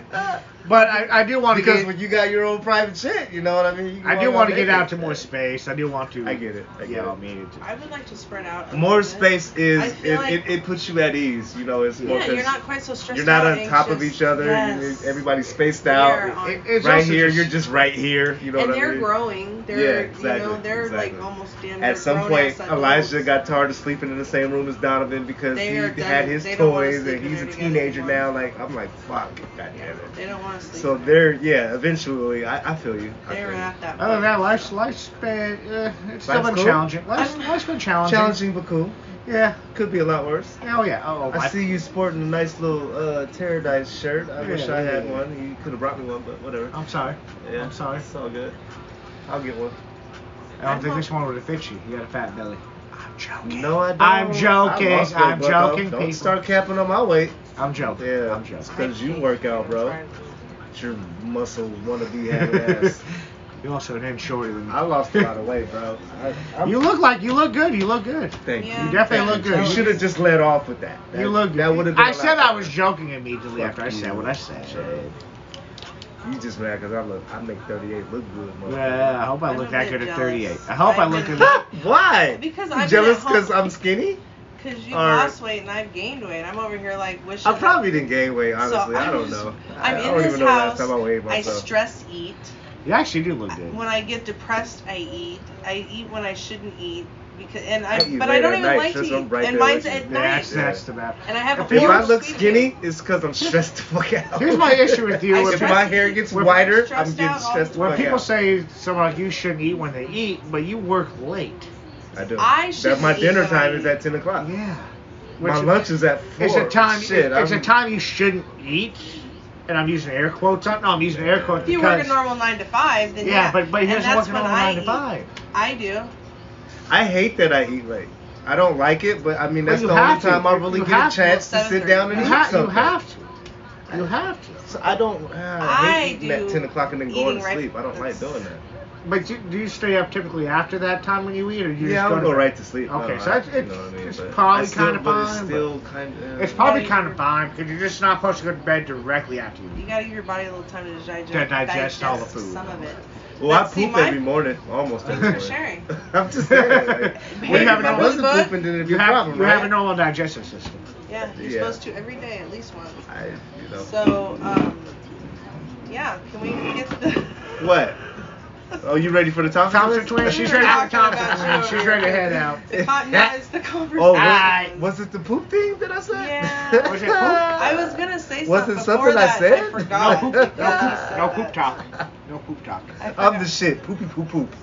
[SPEAKER 3] But I, I do want to
[SPEAKER 2] because
[SPEAKER 3] get.
[SPEAKER 2] when you got your own private shit, you know what I mean. You can
[SPEAKER 3] I do
[SPEAKER 2] walk
[SPEAKER 3] want to
[SPEAKER 2] naked.
[SPEAKER 3] get out to more space. I do want to.
[SPEAKER 2] I get it. I get
[SPEAKER 3] yeah,
[SPEAKER 2] it.
[SPEAKER 3] I mean, it's-
[SPEAKER 4] I would like to spread out. a
[SPEAKER 2] More
[SPEAKER 4] little bit.
[SPEAKER 2] space is
[SPEAKER 4] I
[SPEAKER 2] it,
[SPEAKER 4] feel like-
[SPEAKER 2] it, it puts you at ease. You know, it's more
[SPEAKER 4] Yeah,
[SPEAKER 2] 'cause
[SPEAKER 4] you're not quite so stressed.
[SPEAKER 2] you're not
[SPEAKER 4] out,
[SPEAKER 2] on top of
[SPEAKER 4] anxious.
[SPEAKER 2] each other. you-
[SPEAKER 4] Yes.
[SPEAKER 2] Everybody's spaced
[SPEAKER 4] They're
[SPEAKER 2] out.
[SPEAKER 4] on-
[SPEAKER 3] it- it's
[SPEAKER 2] right
[SPEAKER 3] also
[SPEAKER 2] here, you're just right here. You know
[SPEAKER 4] and
[SPEAKER 2] what I
[SPEAKER 4] they're
[SPEAKER 2] mean?
[SPEAKER 4] growing. They're
[SPEAKER 2] Yeah,
[SPEAKER 4] you know
[SPEAKER 2] exactly,
[SPEAKER 4] they're
[SPEAKER 2] exactly.
[SPEAKER 4] like almost damn. near
[SPEAKER 2] At some
[SPEAKER 4] grown
[SPEAKER 2] point,
[SPEAKER 4] ass
[SPEAKER 2] Elijah
[SPEAKER 4] adults.
[SPEAKER 2] got tired of sleeping in the same room as Donovan because
[SPEAKER 4] They
[SPEAKER 2] he
[SPEAKER 4] are done.
[SPEAKER 2] had his
[SPEAKER 4] They don't wanna
[SPEAKER 2] toys
[SPEAKER 4] sleep
[SPEAKER 2] and
[SPEAKER 4] in
[SPEAKER 2] he's a
[SPEAKER 4] there together
[SPEAKER 2] teenager now.
[SPEAKER 4] anymore.
[SPEAKER 2] Like I'm like, fuck, goddamn
[SPEAKER 4] Yeah,
[SPEAKER 2] it.
[SPEAKER 4] They don't want to sleep.
[SPEAKER 2] So they're yeah. Eventually, I, I feel you. I
[SPEAKER 4] they're
[SPEAKER 2] feel you.
[SPEAKER 4] at that.
[SPEAKER 3] Other
[SPEAKER 4] point.
[SPEAKER 3] than Oh, that, life's life's been uh, it's still
[SPEAKER 2] Life's
[SPEAKER 3] been
[SPEAKER 2] cool?
[SPEAKER 3] challenging. Life's,
[SPEAKER 4] I'm-
[SPEAKER 3] life's been challenging.
[SPEAKER 2] Challenging but cool.
[SPEAKER 3] Yeah.
[SPEAKER 2] Could be a lot worse.
[SPEAKER 3] Oh yeah. Oh,
[SPEAKER 2] I see you sporting a nice little uh, Paradise shirt. I wish
[SPEAKER 3] Yeah,
[SPEAKER 2] I
[SPEAKER 3] yeah,
[SPEAKER 2] had
[SPEAKER 3] yeah.
[SPEAKER 2] one. You could have brought me one, but whatever.
[SPEAKER 3] I'm sorry.
[SPEAKER 2] Yeah,
[SPEAKER 3] I'm sorry.
[SPEAKER 2] It's all good. I'll get one.
[SPEAKER 3] I don't think this one would have fit you. You got a fat belly. I'm joking.
[SPEAKER 2] No, I don't.
[SPEAKER 3] I'm joking.
[SPEAKER 2] I lost weight,
[SPEAKER 3] I'm
[SPEAKER 2] bucko.
[SPEAKER 3] joking,
[SPEAKER 2] Don't
[SPEAKER 3] people.
[SPEAKER 2] start capping on my weight.
[SPEAKER 3] I'm joking.
[SPEAKER 2] Yeah,
[SPEAKER 3] I'm
[SPEAKER 2] it's
[SPEAKER 3] joking.
[SPEAKER 2] because you work out, bro. It's your muscle wannabe having ass.
[SPEAKER 3] You're also an inch shorter than me.
[SPEAKER 2] I lost a lot of weight, bro. I, I'm-
[SPEAKER 3] You look like you look good. You look good.
[SPEAKER 2] Thank
[SPEAKER 4] Yeah.
[SPEAKER 2] you.
[SPEAKER 3] You definitely
[SPEAKER 2] Thank
[SPEAKER 3] look good.
[SPEAKER 2] You should have just let off with that.
[SPEAKER 3] You look.
[SPEAKER 2] That would have been.
[SPEAKER 3] I
[SPEAKER 2] a lot
[SPEAKER 3] said I
[SPEAKER 2] better.
[SPEAKER 3] was joking immediately
[SPEAKER 2] Fuck
[SPEAKER 3] after I
[SPEAKER 2] you.
[SPEAKER 3] said what I said.
[SPEAKER 2] You just mad because I look. I make 38 look good, motherfucker.
[SPEAKER 3] Yeah, I hope I
[SPEAKER 4] I'm
[SPEAKER 3] look
[SPEAKER 4] a bit
[SPEAKER 3] that good at
[SPEAKER 4] jealous.
[SPEAKER 3] 38. I hope I
[SPEAKER 4] I've
[SPEAKER 3] look
[SPEAKER 4] been-
[SPEAKER 3] good.
[SPEAKER 2] Why?
[SPEAKER 4] Because
[SPEAKER 2] You
[SPEAKER 4] I've been
[SPEAKER 2] jealous
[SPEAKER 4] at home-
[SPEAKER 2] because I'm skinny.
[SPEAKER 4] Because you
[SPEAKER 2] Or-
[SPEAKER 4] lost weight and I've gained weight. I'm over here like wishing.
[SPEAKER 2] I probably didn't gain weight, honestly. I
[SPEAKER 4] I'm
[SPEAKER 2] don't
[SPEAKER 4] just-
[SPEAKER 2] know. I,
[SPEAKER 4] I'm
[SPEAKER 2] I
[SPEAKER 4] in
[SPEAKER 2] don't
[SPEAKER 4] this
[SPEAKER 2] even know
[SPEAKER 4] house.
[SPEAKER 2] last time I weighed
[SPEAKER 4] I
[SPEAKER 2] myself.
[SPEAKER 4] stress eat.
[SPEAKER 3] You actually do look good.
[SPEAKER 4] When I get depressed, I eat. I eat when I shouldn't eat because and I,
[SPEAKER 2] I eat
[SPEAKER 4] but
[SPEAKER 2] late
[SPEAKER 4] I don't
[SPEAKER 2] at
[SPEAKER 4] even
[SPEAKER 2] night,
[SPEAKER 4] like to
[SPEAKER 2] just I'm
[SPEAKER 4] eat.
[SPEAKER 2] right
[SPEAKER 4] and
[SPEAKER 2] there
[SPEAKER 4] mine's
[SPEAKER 2] with you.
[SPEAKER 4] at
[SPEAKER 2] Yeah,
[SPEAKER 4] night.
[SPEAKER 3] That's that's the map.
[SPEAKER 4] And I have a
[SPEAKER 2] If
[SPEAKER 4] horrible
[SPEAKER 2] I look
[SPEAKER 4] sleep
[SPEAKER 2] skinny,
[SPEAKER 4] day.
[SPEAKER 2] it's because I'm stressed the fuck out.
[SPEAKER 3] Here's my issue with you.
[SPEAKER 4] I
[SPEAKER 2] if
[SPEAKER 3] When,
[SPEAKER 4] stress
[SPEAKER 2] my hair
[SPEAKER 4] eat.
[SPEAKER 2] gets
[SPEAKER 4] We're
[SPEAKER 2] wider, I'm
[SPEAKER 4] stressed
[SPEAKER 2] getting
[SPEAKER 4] out all
[SPEAKER 2] stressed
[SPEAKER 4] the
[SPEAKER 2] the
[SPEAKER 3] when
[SPEAKER 2] fuck
[SPEAKER 3] people
[SPEAKER 2] out.
[SPEAKER 3] say something like you shouldn't eat when they eat, but you work late.
[SPEAKER 2] I do.
[SPEAKER 4] I
[SPEAKER 2] that
[SPEAKER 4] shouldn't
[SPEAKER 2] my
[SPEAKER 4] eat
[SPEAKER 2] dinner
[SPEAKER 4] when I
[SPEAKER 2] time is
[SPEAKER 4] eat.
[SPEAKER 2] at 10 o'clock.
[SPEAKER 3] Yeah.
[SPEAKER 2] My lunch is at 4.
[SPEAKER 3] Mm-hmm. It's a time.
[SPEAKER 2] Shit,
[SPEAKER 3] it's
[SPEAKER 2] I'm-
[SPEAKER 3] a time you shouldn't eat. And I'm using air quotes. on- No, I'm using air quotes
[SPEAKER 4] If you work
[SPEAKER 3] because.
[SPEAKER 4] a normal nine to five, then
[SPEAKER 3] yeah, but but
[SPEAKER 4] and
[SPEAKER 3] he doesn't
[SPEAKER 4] that's
[SPEAKER 3] work
[SPEAKER 4] when
[SPEAKER 3] a normal
[SPEAKER 4] I
[SPEAKER 3] nine to
[SPEAKER 4] eat.
[SPEAKER 3] five.
[SPEAKER 4] I do.
[SPEAKER 2] I hate that I eat late. I don't like it, but I mean
[SPEAKER 3] But
[SPEAKER 2] that's
[SPEAKER 3] you
[SPEAKER 2] the only
[SPEAKER 3] have to.
[SPEAKER 2] time I really
[SPEAKER 3] You
[SPEAKER 2] get
[SPEAKER 3] have
[SPEAKER 2] a
[SPEAKER 3] to.
[SPEAKER 2] chance to
[SPEAKER 4] Well,
[SPEAKER 2] sit down and
[SPEAKER 3] You,
[SPEAKER 2] eat
[SPEAKER 3] ha- you
[SPEAKER 2] something.
[SPEAKER 3] have to. You have to.
[SPEAKER 2] So I don't. ah, I,
[SPEAKER 4] I
[SPEAKER 2] hate eating at
[SPEAKER 4] do
[SPEAKER 2] 10 o'clock and then going
[SPEAKER 4] eating
[SPEAKER 2] to
[SPEAKER 4] right-
[SPEAKER 2] sleep. I don't like doing that.
[SPEAKER 3] But you, do you stay up typically after that time when you eat, or you
[SPEAKER 2] yeah,
[SPEAKER 3] just
[SPEAKER 2] I would
[SPEAKER 3] to
[SPEAKER 2] go
[SPEAKER 3] bed?
[SPEAKER 2] right to sleep.
[SPEAKER 3] Okay,
[SPEAKER 2] No,
[SPEAKER 3] so
[SPEAKER 2] I-
[SPEAKER 3] it's, it's,
[SPEAKER 2] you know what I mean,
[SPEAKER 3] it's
[SPEAKER 2] but I
[SPEAKER 3] probably
[SPEAKER 2] still-
[SPEAKER 3] kind of
[SPEAKER 2] but
[SPEAKER 3] fine.
[SPEAKER 2] It's
[SPEAKER 3] but-
[SPEAKER 2] still uh, kind of.
[SPEAKER 3] It's probably
[SPEAKER 4] Yeah,
[SPEAKER 3] kind
[SPEAKER 4] you're-
[SPEAKER 3] of fine because you're just not supposed to go to bed directly after you
[SPEAKER 4] You
[SPEAKER 3] eat.
[SPEAKER 4] gotta give your body a little time to digest,
[SPEAKER 3] To digest all the food.
[SPEAKER 4] some of it.
[SPEAKER 2] Well, I
[SPEAKER 4] But see,
[SPEAKER 2] poop
[SPEAKER 4] my-
[SPEAKER 2] every morning, almost
[SPEAKER 4] Thank
[SPEAKER 2] every
[SPEAKER 4] you
[SPEAKER 2] morning.
[SPEAKER 4] for sharing.
[SPEAKER 2] I'm just saying. Like,
[SPEAKER 4] Hey,
[SPEAKER 2] what if
[SPEAKER 3] remember
[SPEAKER 2] I
[SPEAKER 3] the
[SPEAKER 2] wasn't
[SPEAKER 4] book?
[SPEAKER 2] pooping, then it'd be
[SPEAKER 3] You
[SPEAKER 2] a
[SPEAKER 3] have
[SPEAKER 2] problem,
[SPEAKER 3] you
[SPEAKER 2] right?
[SPEAKER 3] have a normal digestive system.
[SPEAKER 4] Yeah, you're
[SPEAKER 2] Yeah.
[SPEAKER 4] supposed to every day at least once.
[SPEAKER 2] I, you know.
[SPEAKER 4] So, um, yeah, can we get to the.
[SPEAKER 2] what? Oh, you ready for the Thompson?
[SPEAKER 3] Thompson twins, she's ready for the
[SPEAKER 4] Talking
[SPEAKER 3] Thompson
[SPEAKER 4] about
[SPEAKER 3] twins.
[SPEAKER 4] you
[SPEAKER 3] She's ready to
[SPEAKER 4] over
[SPEAKER 3] head
[SPEAKER 4] here.
[SPEAKER 3] out.
[SPEAKER 4] The con- no, it's the conversation.
[SPEAKER 2] Oh,
[SPEAKER 3] Aye.
[SPEAKER 2] was, was it the poop thing that I said?
[SPEAKER 4] Yeah.
[SPEAKER 3] Was it poop? I
[SPEAKER 4] I was gonna say
[SPEAKER 2] Was
[SPEAKER 4] something
[SPEAKER 2] it
[SPEAKER 4] before
[SPEAKER 2] something I
[SPEAKER 4] that.
[SPEAKER 2] said?
[SPEAKER 4] I forgot.
[SPEAKER 3] No
[SPEAKER 2] poop-
[SPEAKER 3] No
[SPEAKER 2] Yeah.
[SPEAKER 3] poop, no poop talk. No poop talk.
[SPEAKER 4] I forgot,
[SPEAKER 2] I'm the shit. Poopy poop poop.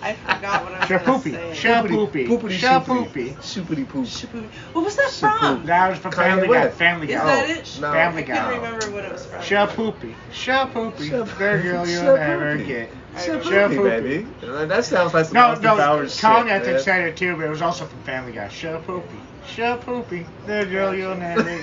[SPEAKER 4] I forgot what I was
[SPEAKER 3] Sure
[SPEAKER 4] gonna
[SPEAKER 3] poopy.
[SPEAKER 4] say.
[SPEAKER 3] Sure poopy.
[SPEAKER 2] Poopity
[SPEAKER 3] Sure
[SPEAKER 2] shoopity.
[SPEAKER 3] poopy.
[SPEAKER 2] Shoopity poop.
[SPEAKER 4] Shapoopy. What was that
[SPEAKER 2] Shapoopy.
[SPEAKER 4] from?
[SPEAKER 3] That was for
[SPEAKER 2] Kanye
[SPEAKER 3] Family Guy.
[SPEAKER 2] West.
[SPEAKER 3] Family
[SPEAKER 4] Is
[SPEAKER 3] Guy.
[SPEAKER 4] that it?
[SPEAKER 2] No.
[SPEAKER 4] I
[SPEAKER 3] Family
[SPEAKER 4] couldn't
[SPEAKER 3] Guy.
[SPEAKER 4] remember what it was from.
[SPEAKER 3] Sure poopy. Sure poopy.
[SPEAKER 2] Sure
[SPEAKER 3] There girl
[SPEAKER 2] poopy.
[SPEAKER 3] you'll
[SPEAKER 2] Sure
[SPEAKER 3] never
[SPEAKER 2] poopy.
[SPEAKER 3] get.
[SPEAKER 2] Sure
[SPEAKER 3] Sure
[SPEAKER 2] poopy,
[SPEAKER 3] poopy.
[SPEAKER 2] baby. Uh, That sounds like some
[SPEAKER 3] No,
[SPEAKER 2] Austin
[SPEAKER 3] no,
[SPEAKER 2] Powers shit.
[SPEAKER 3] Kong had to
[SPEAKER 2] man.
[SPEAKER 3] say it too, but it was also from Family Guy. Sure poopy. Sure poopy. The girl you'll never get.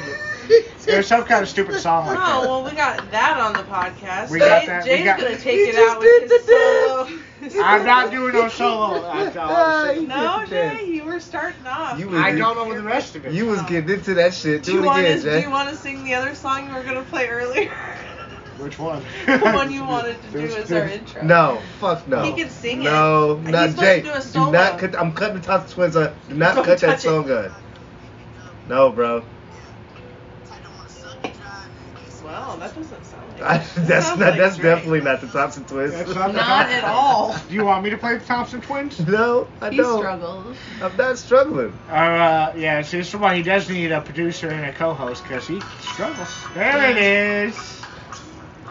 [SPEAKER 3] There's some kind of stupid song
[SPEAKER 4] Oh
[SPEAKER 3] like that.
[SPEAKER 4] well, we got that on the podcast.
[SPEAKER 3] We got
[SPEAKER 4] Jay-
[SPEAKER 3] that, we
[SPEAKER 4] Jay's
[SPEAKER 3] got-
[SPEAKER 4] gonna
[SPEAKER 2] He
[SPEAKER 4] take it
[SPEAKER 2] just
[SPEAKER 4] out
[SPEAKER 2] did
[SPEAKER 4] with his
[SPEAKER 2] the
[SPEAKER 4] solo.
[SPEAKER 3] I'm not doing no solo. I,
[SPEAKER 2] Ah, you
[SPEAKER 4] No,
[SPEAKER 2] did the dance.
[SPEAKER 4] Jay, you were starting off.
[SPEAKER 2] You was-
[SPEAKER 3] I don't know the rest of it.
[SPEAKER 2] You was getting into that shit.
[SPEAKER 4] do
[SPEAKER 2] Do,
[SPEAKER 4] you
[SPEAKER 2] it
[SPEAKER 4] want
[SPEAKER 2] again,
[SPEAKER 4] to? Do
[SPEAKER 2] Jay.
[SPEAKER 4] you want to sing the other song you were gonna play earlier?
[SPEAKER 3] Which one?
[SPEAKER 4] the one you wanted to do as our intro.
[SPEAKER 2] no, fuck no.
[SPEAKER 4] He can sing it.
[SPEAKER 2] No,
[SPEAKER 4] He's
[SPEAKER 2] not
[SPEAKER 4] supposed
[SPEAKER 2] Jay.
[SPEAKER 4] to do a
[SPEAKER 2] Do not
[SPEAKER 4] solo.
[SPEAKER 2] cut. I'm cutting the Thompson twins. On. Do not
[SPEAKER 4] Don't
[SPEAKER 2] cut that
[SPEAKER 4] touch it.
[SPEAKER 2] song on. No, bro.
[SPEAKER 4] Well, that doesn't sound. Like
[SPEAKER 2] I,
[SPEAKER 4] that
[SPEAKER 2] that's
[SPEAKER 4] sounds
[SPEAKER 2] not.
[SPEAKER 4] like
[SPEAKER 2] that's
[SPEAKER 4] Drake.
[SPEAKER 2] definitely not the Thompson twins.
[SPEAKER 3] That's not the
[SPEAKER 4] Not at all.
[SPEAKER 3] Do you want me to play the Thompson Twins?
[SPEAKER 2] no, I
[SPEAKER 6] He
[SPEAKER 2] don't.
[SPEAKER 6] struggles.
[SPEAKER 2] I'm not struggling.
[SPEAKER 3] Uh, uh, yeah, so this is why he does need a producer and a co-host because he struggles. There it is.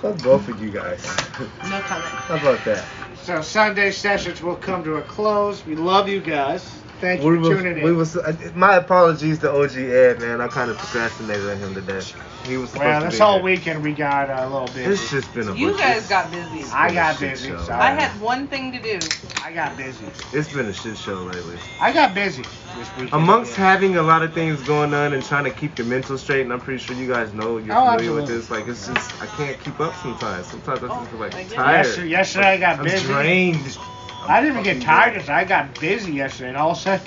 [SPEAKER 2] Fuck both of you guys.
[SPEAKER 4] No comment.
[SPEAKER 2] How about that?
[SPEAKER 3] So Sunday sessions will come to a close. We love you guys. Thank you
[SPEAKER 2] We
[SPEAKER 3] for
[SPEAKER 2] was,
[SPEAKER 3] tuning in.
[SPEAKER 2] we was, uh, my apologies to OG Ed, man. I kind of procrastinated on him today. He was supposed
[SPEAKER 3] well,
[SPEAKER 2] to be
[SPEAKER 3] this whole
[SPEAKER 2] here.
[SPEAKER 3] weekend we got uh, a little busy.
[SPEAKER 2] It's just been a
[SPEAKER 4] You
[SPEAKER 2] bullshit-
[SPEAKER 4] guys got busy.
[SPEAKER 3] I got
[SPEAKER 2] Shit
[SPEAKER 3] busy.
[SPEAKER 2] show.
[SPEAKER 3] So
[SPEAKER 4] I had one thing to do.
[SPEAKER 3] I got busy.
[SPEAKER 2] It's been a shit show lately.
[SPEAKER 3] I got busy this weekend.
[SPEAKER 2] Amongst
[SPEAKER 3] Yeah.
[SPEAKER 2] having a lot of things going on and trying to keep your mental straight, and I'm pretty sure you guys know you're
[SPEAKER 3] Oh,
[SPEAKER 2] familiar with
[SPEAKER 3] absolutely.
[SPEAKER 2] this. Like it's just I can't keep up sometimes. Sometimes I just feel like
[SPEAKER 4] I get it.
[SPEAKER 2] tired.
[SPEAKER 3] Yesterday, yesterday I got
[SPEAKER 2] I'm
[SPEAKER 3] busy.
[SPEAKER 2] drained.
[SPEAKER 3] I didn't even get
[SPEAKER 2] fucking
[SPEAKER 3] tired.
[SPEAKER 2] drained.
[SPEAKER 3] as I got busy yesterday, and all of a sudden,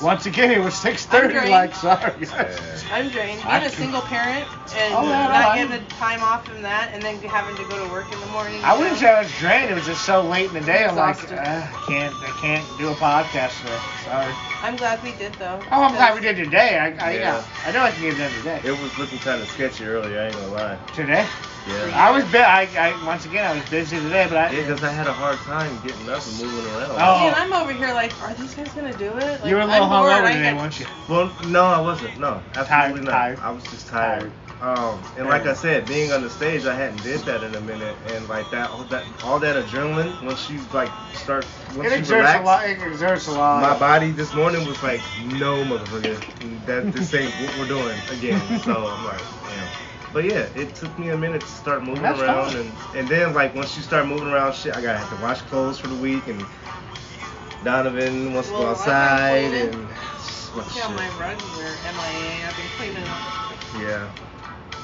[SPEAKER 3] once again, it was
[SPEAKER 4] I'm
[SPEAKER 3] 6:30.
[SPEAKER 4] drained.
[SPEAKER 3] Like, sorry.
[SPEAKER 2] Yeah.
[SPEAKER 4] I'm drained. Being
[SPEAKER 3] I
[SPEAKER 4] a
[SPEAKER 3] can-
[SPEAKER 4] single parent and
[SPEAKER 3] Oh, yeah,
[SPEAKER 4] not
[SPEAKER 3] no, I-
[SPEAKER 4] getting the time off from that, and then having to go to work in the morning.
[SPEAKER 3] I
[SPEAKER 4] you
[SPEAKER 3] wouldn't
[SPEAKER 4] know?
[SPEAKER 3] say I was drained. It was just so late in the day. I'm like, uh,
[SPEAKER 4] Exhausted.
[SPEAKER 3] I can't, I can't do a podcast today. Sorry.
[SPEAKER 4] I'm glad we did though.
[SPEAKER 3] Oh, I'm glad we did today. I, I, yeah.
[SPEAKER 2] Yeah.
[SPEAKER 3] I know I can get it done today.
[SPEAKER 2] It was looking kind of sketchy earlier. I ain't gonna lie.
[SPEAKER 3] Today?
[SPEAKER 2] Yeah.
[SPEAKER 3] I was bu- I, I once again I was busy today, but I.
[SPEAKER 2] Yeah, because I had a hard time getting up and moving around.
[SPEAKER 3] Oh.
[SPEAKER 4] See, and I'm over here like, are these guys gonna do it? Like,
[SPEAKER 3] you were a little
[SPEAKER 4] I'm bored.
[SPEAKER 3] hungover
[SPEAKER 4] I
[SPEAKER 3] today,
[SPEAKER 4] had-
[SPEAKER 3] weren't you?
[SPEAKER 2] Well, no, I wasn't. No, absolutely
[SPEAKER 3] Tired,
[SPEAKER 2] not.
[SPEAKER 3] tired.
[SPEAKER 2] I was just tired. Um, and like I said, being on the stage, I hadn't did that in a minute, and like that, all that, all that adrenaline. Once you like start, once
[SPEAKER 3] It
[SPEAKER 2] you
[SPEAKER 3] exerts a
[SPEAKER 2] relax,
[SPEAKER 3] lot. It exerts a lot.
[SPEAKER 2] my body this morning was like, no, motherfucker, that this ain't what we're doing again. So I'm like, damn. But yeah, it took me a minute to start moving
[SPEAKER 3] That's
[SPEAKER 2] around,
[SPEAKER 3] fine.
[SPEAKER 2] and and then like once you start moving around, shit, I gotta have to wash clothes for the week, and Donovan wants to go
[SPEAKER 4] Well, I got
[SPEAKER 2] outside, and
[SPEAKER 4] folded.
[SPEAKER 2] oh,
[SPEAKER 4] Look how my rugs were MIA. I've been cleaning up.
[SPEAKER 2] Yeah.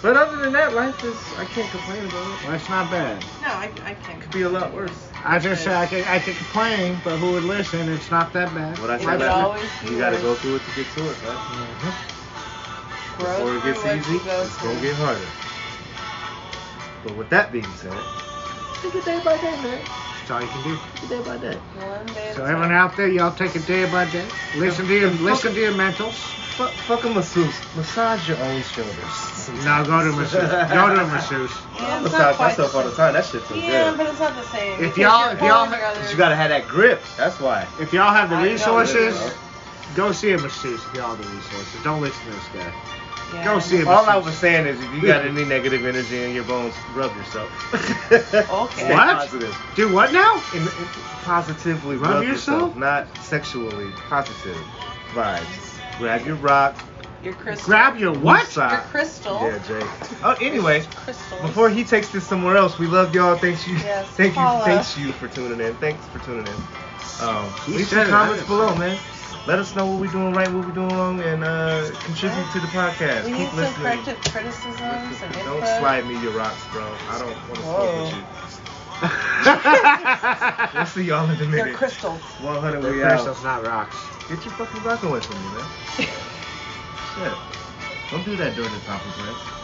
[SPEAKER 2] But other than that, life is I can't complain about it.
[SPEAKER 3] Well, it's not bad.
[SPEAKER 4] No, I, I can't.
[SPEAKER 2] Could be a lot worse.
[SPEAKER 3] I just said I could I could complain, but who would listen? It's not that bad.
[SPEAKER 2] What I
[SPEAKER 4] It
[SPEAKER 2] said
[SPEAKER 4] would
[SPEAKER 2] last
[SPEAKER 4] always
[SPEAKER 2] week,
[SPEAKER 4] be
[SPEAKER 2] you gotta
[SPEAKER 4] worse.
[SPEAKER 2] go through it to get to it, man.
[SPEAKER 3] Mhm.
[SPEAKER 4] Grow
[SPEAKER 2] Before it
[SPEAKER 4] through
[SPEAKER 2] gets
[SPEAKER 4] what
[SPEAKER 2] easy,
[SPEAKER 4] you go
[SPEAKER 2] it's gonna
[SPEAKER 4] through.
[SPEAKER 2] get harder. But with that being said, take it day by day, man.
[SPEAKER 3] That's all you can do.
[SPEAKER 2] Take it day by day.
[SPEAKER 4] One day
[SPEAKER 3] So
[SPEAKER 4] at a
[SPEAKER 3] everyone
[SPEAKER 4] time.
[SPEAKER 3] out there, y'all take it day by day. Listen to your listen to your mentals.
[SPEAKER 2] Fuck, fuck a masseuse. Massage your own shoulders.
[SPEAKER 3] Now go to masseuse. Go to masseuse.
[SPEAKER 4] Yeah,
[SPEAKER 2] I
[SPEAKER 4] it's not
[SPEAKER 2] massage
[SPEAKER 4] quite
[SPEAKER 2] myself
[SPEAKER 4] the
[SPEAKER 2] all the time. That shit feels
[SPEAKER 4] Yeah,
[SPEAKER 2] good.
[SPEAKER 4] but it's not the same.
[SPEAKER 3] If
[SPEAKER 4] because
[SPEAKER 3] y'all-
[SPEAKER 4] your
[SPEAKER 3] if y'all-
[SPEAKER 4] bones are other-
[SPEAKER 2] But you gotta have that grip. That's why.
[SPEAKER 3] If y'all have the
[SPEAKER 4] I know,
[SPEAKER 3] resources,
[SPEAKER 4] literally.
[SPEAKER 3] go see a masseuse. If y'all have the resources, don't listen to this guy.
[SPEAKER 4] Yeah.
[SPEAKER 3] Go see him.
[SPEAKER 2] All I was saying is, if you got any negative energy in your bones, rub yourself.
[SPEAKER 4] Okay.
[SPEAKER 2] Stay
[SPEAKER 3] What?
[SPEAKER 2] Positive.
[SPEAKER 3] Do what now?
[SPEAKER 2] And, and positively
[SPEAKER 3] Rub
[SPEAKER 2] rub,
[SPEAKER 3] yourself?
[SPEAKER 2] yourself? not sexually. Positive vibes. Grab your rock.
[SPEAKER 4] Your crystal.
[SPEAKER 3] Grab your what?
[SPEAKER 2] Woosah.
[SPEAKER 4] Your crystal.
[SPEAKER 2] Yeah, Jay. Oh, anyway,
[SPEAKER 4] Crystals.
[SPEAKER 2] before he takes this somewhere else, we love y'all. Thanks you.
[SPEAKER 4] Yes,
[SPEAKER 2] thank you.
[SPEAKER 4] follow.
[SPEAKER 2] Thanks you for tuning in. Thanks for tuning in. Um,
[SPEAKER 3] He
[SPEAKER 2] leave some
[SPEAKER 3] said it,
[SPEAKER 2] comments
[SPEAKER 3] I didn't
[SPEAKER 2] below,
[SPEAKER 3] say it.
[SPEAKER 2] man. Let us know what we're doing right, what we're doing wrong, and uh, contribute to the podcast.
[SPEAKER 4] We
[SPEAKER 2] Keep
[SPEAKER 4] need some
[SPEAKER 2] listening.
[SPEAKER 4] corrective criticisms and
[SPEAKER 2] Don't
[SPEAKER 4] input.
[SPEAKER 2] slide me your rocks, bro. I don't want to
[SPEAKER 4] Whoa.
[SPEAKER 2] smoke with you. We'll see y'all in a
[SPEAKER 4] They're
[SPEAKER 2] minute.
[SPEAKER 4] crystals.
[SPEAKER 2] 100
[SPEAKER 3] The
[SPEAKER 2] we
[SPEAKER 3] crystals,
[SPEAKER 2] out.
[SPEAKER 3] not rocks.
[SPEAKER 2] Get your fucking rock away from me, man. Shit. Don't do that during the conference, man.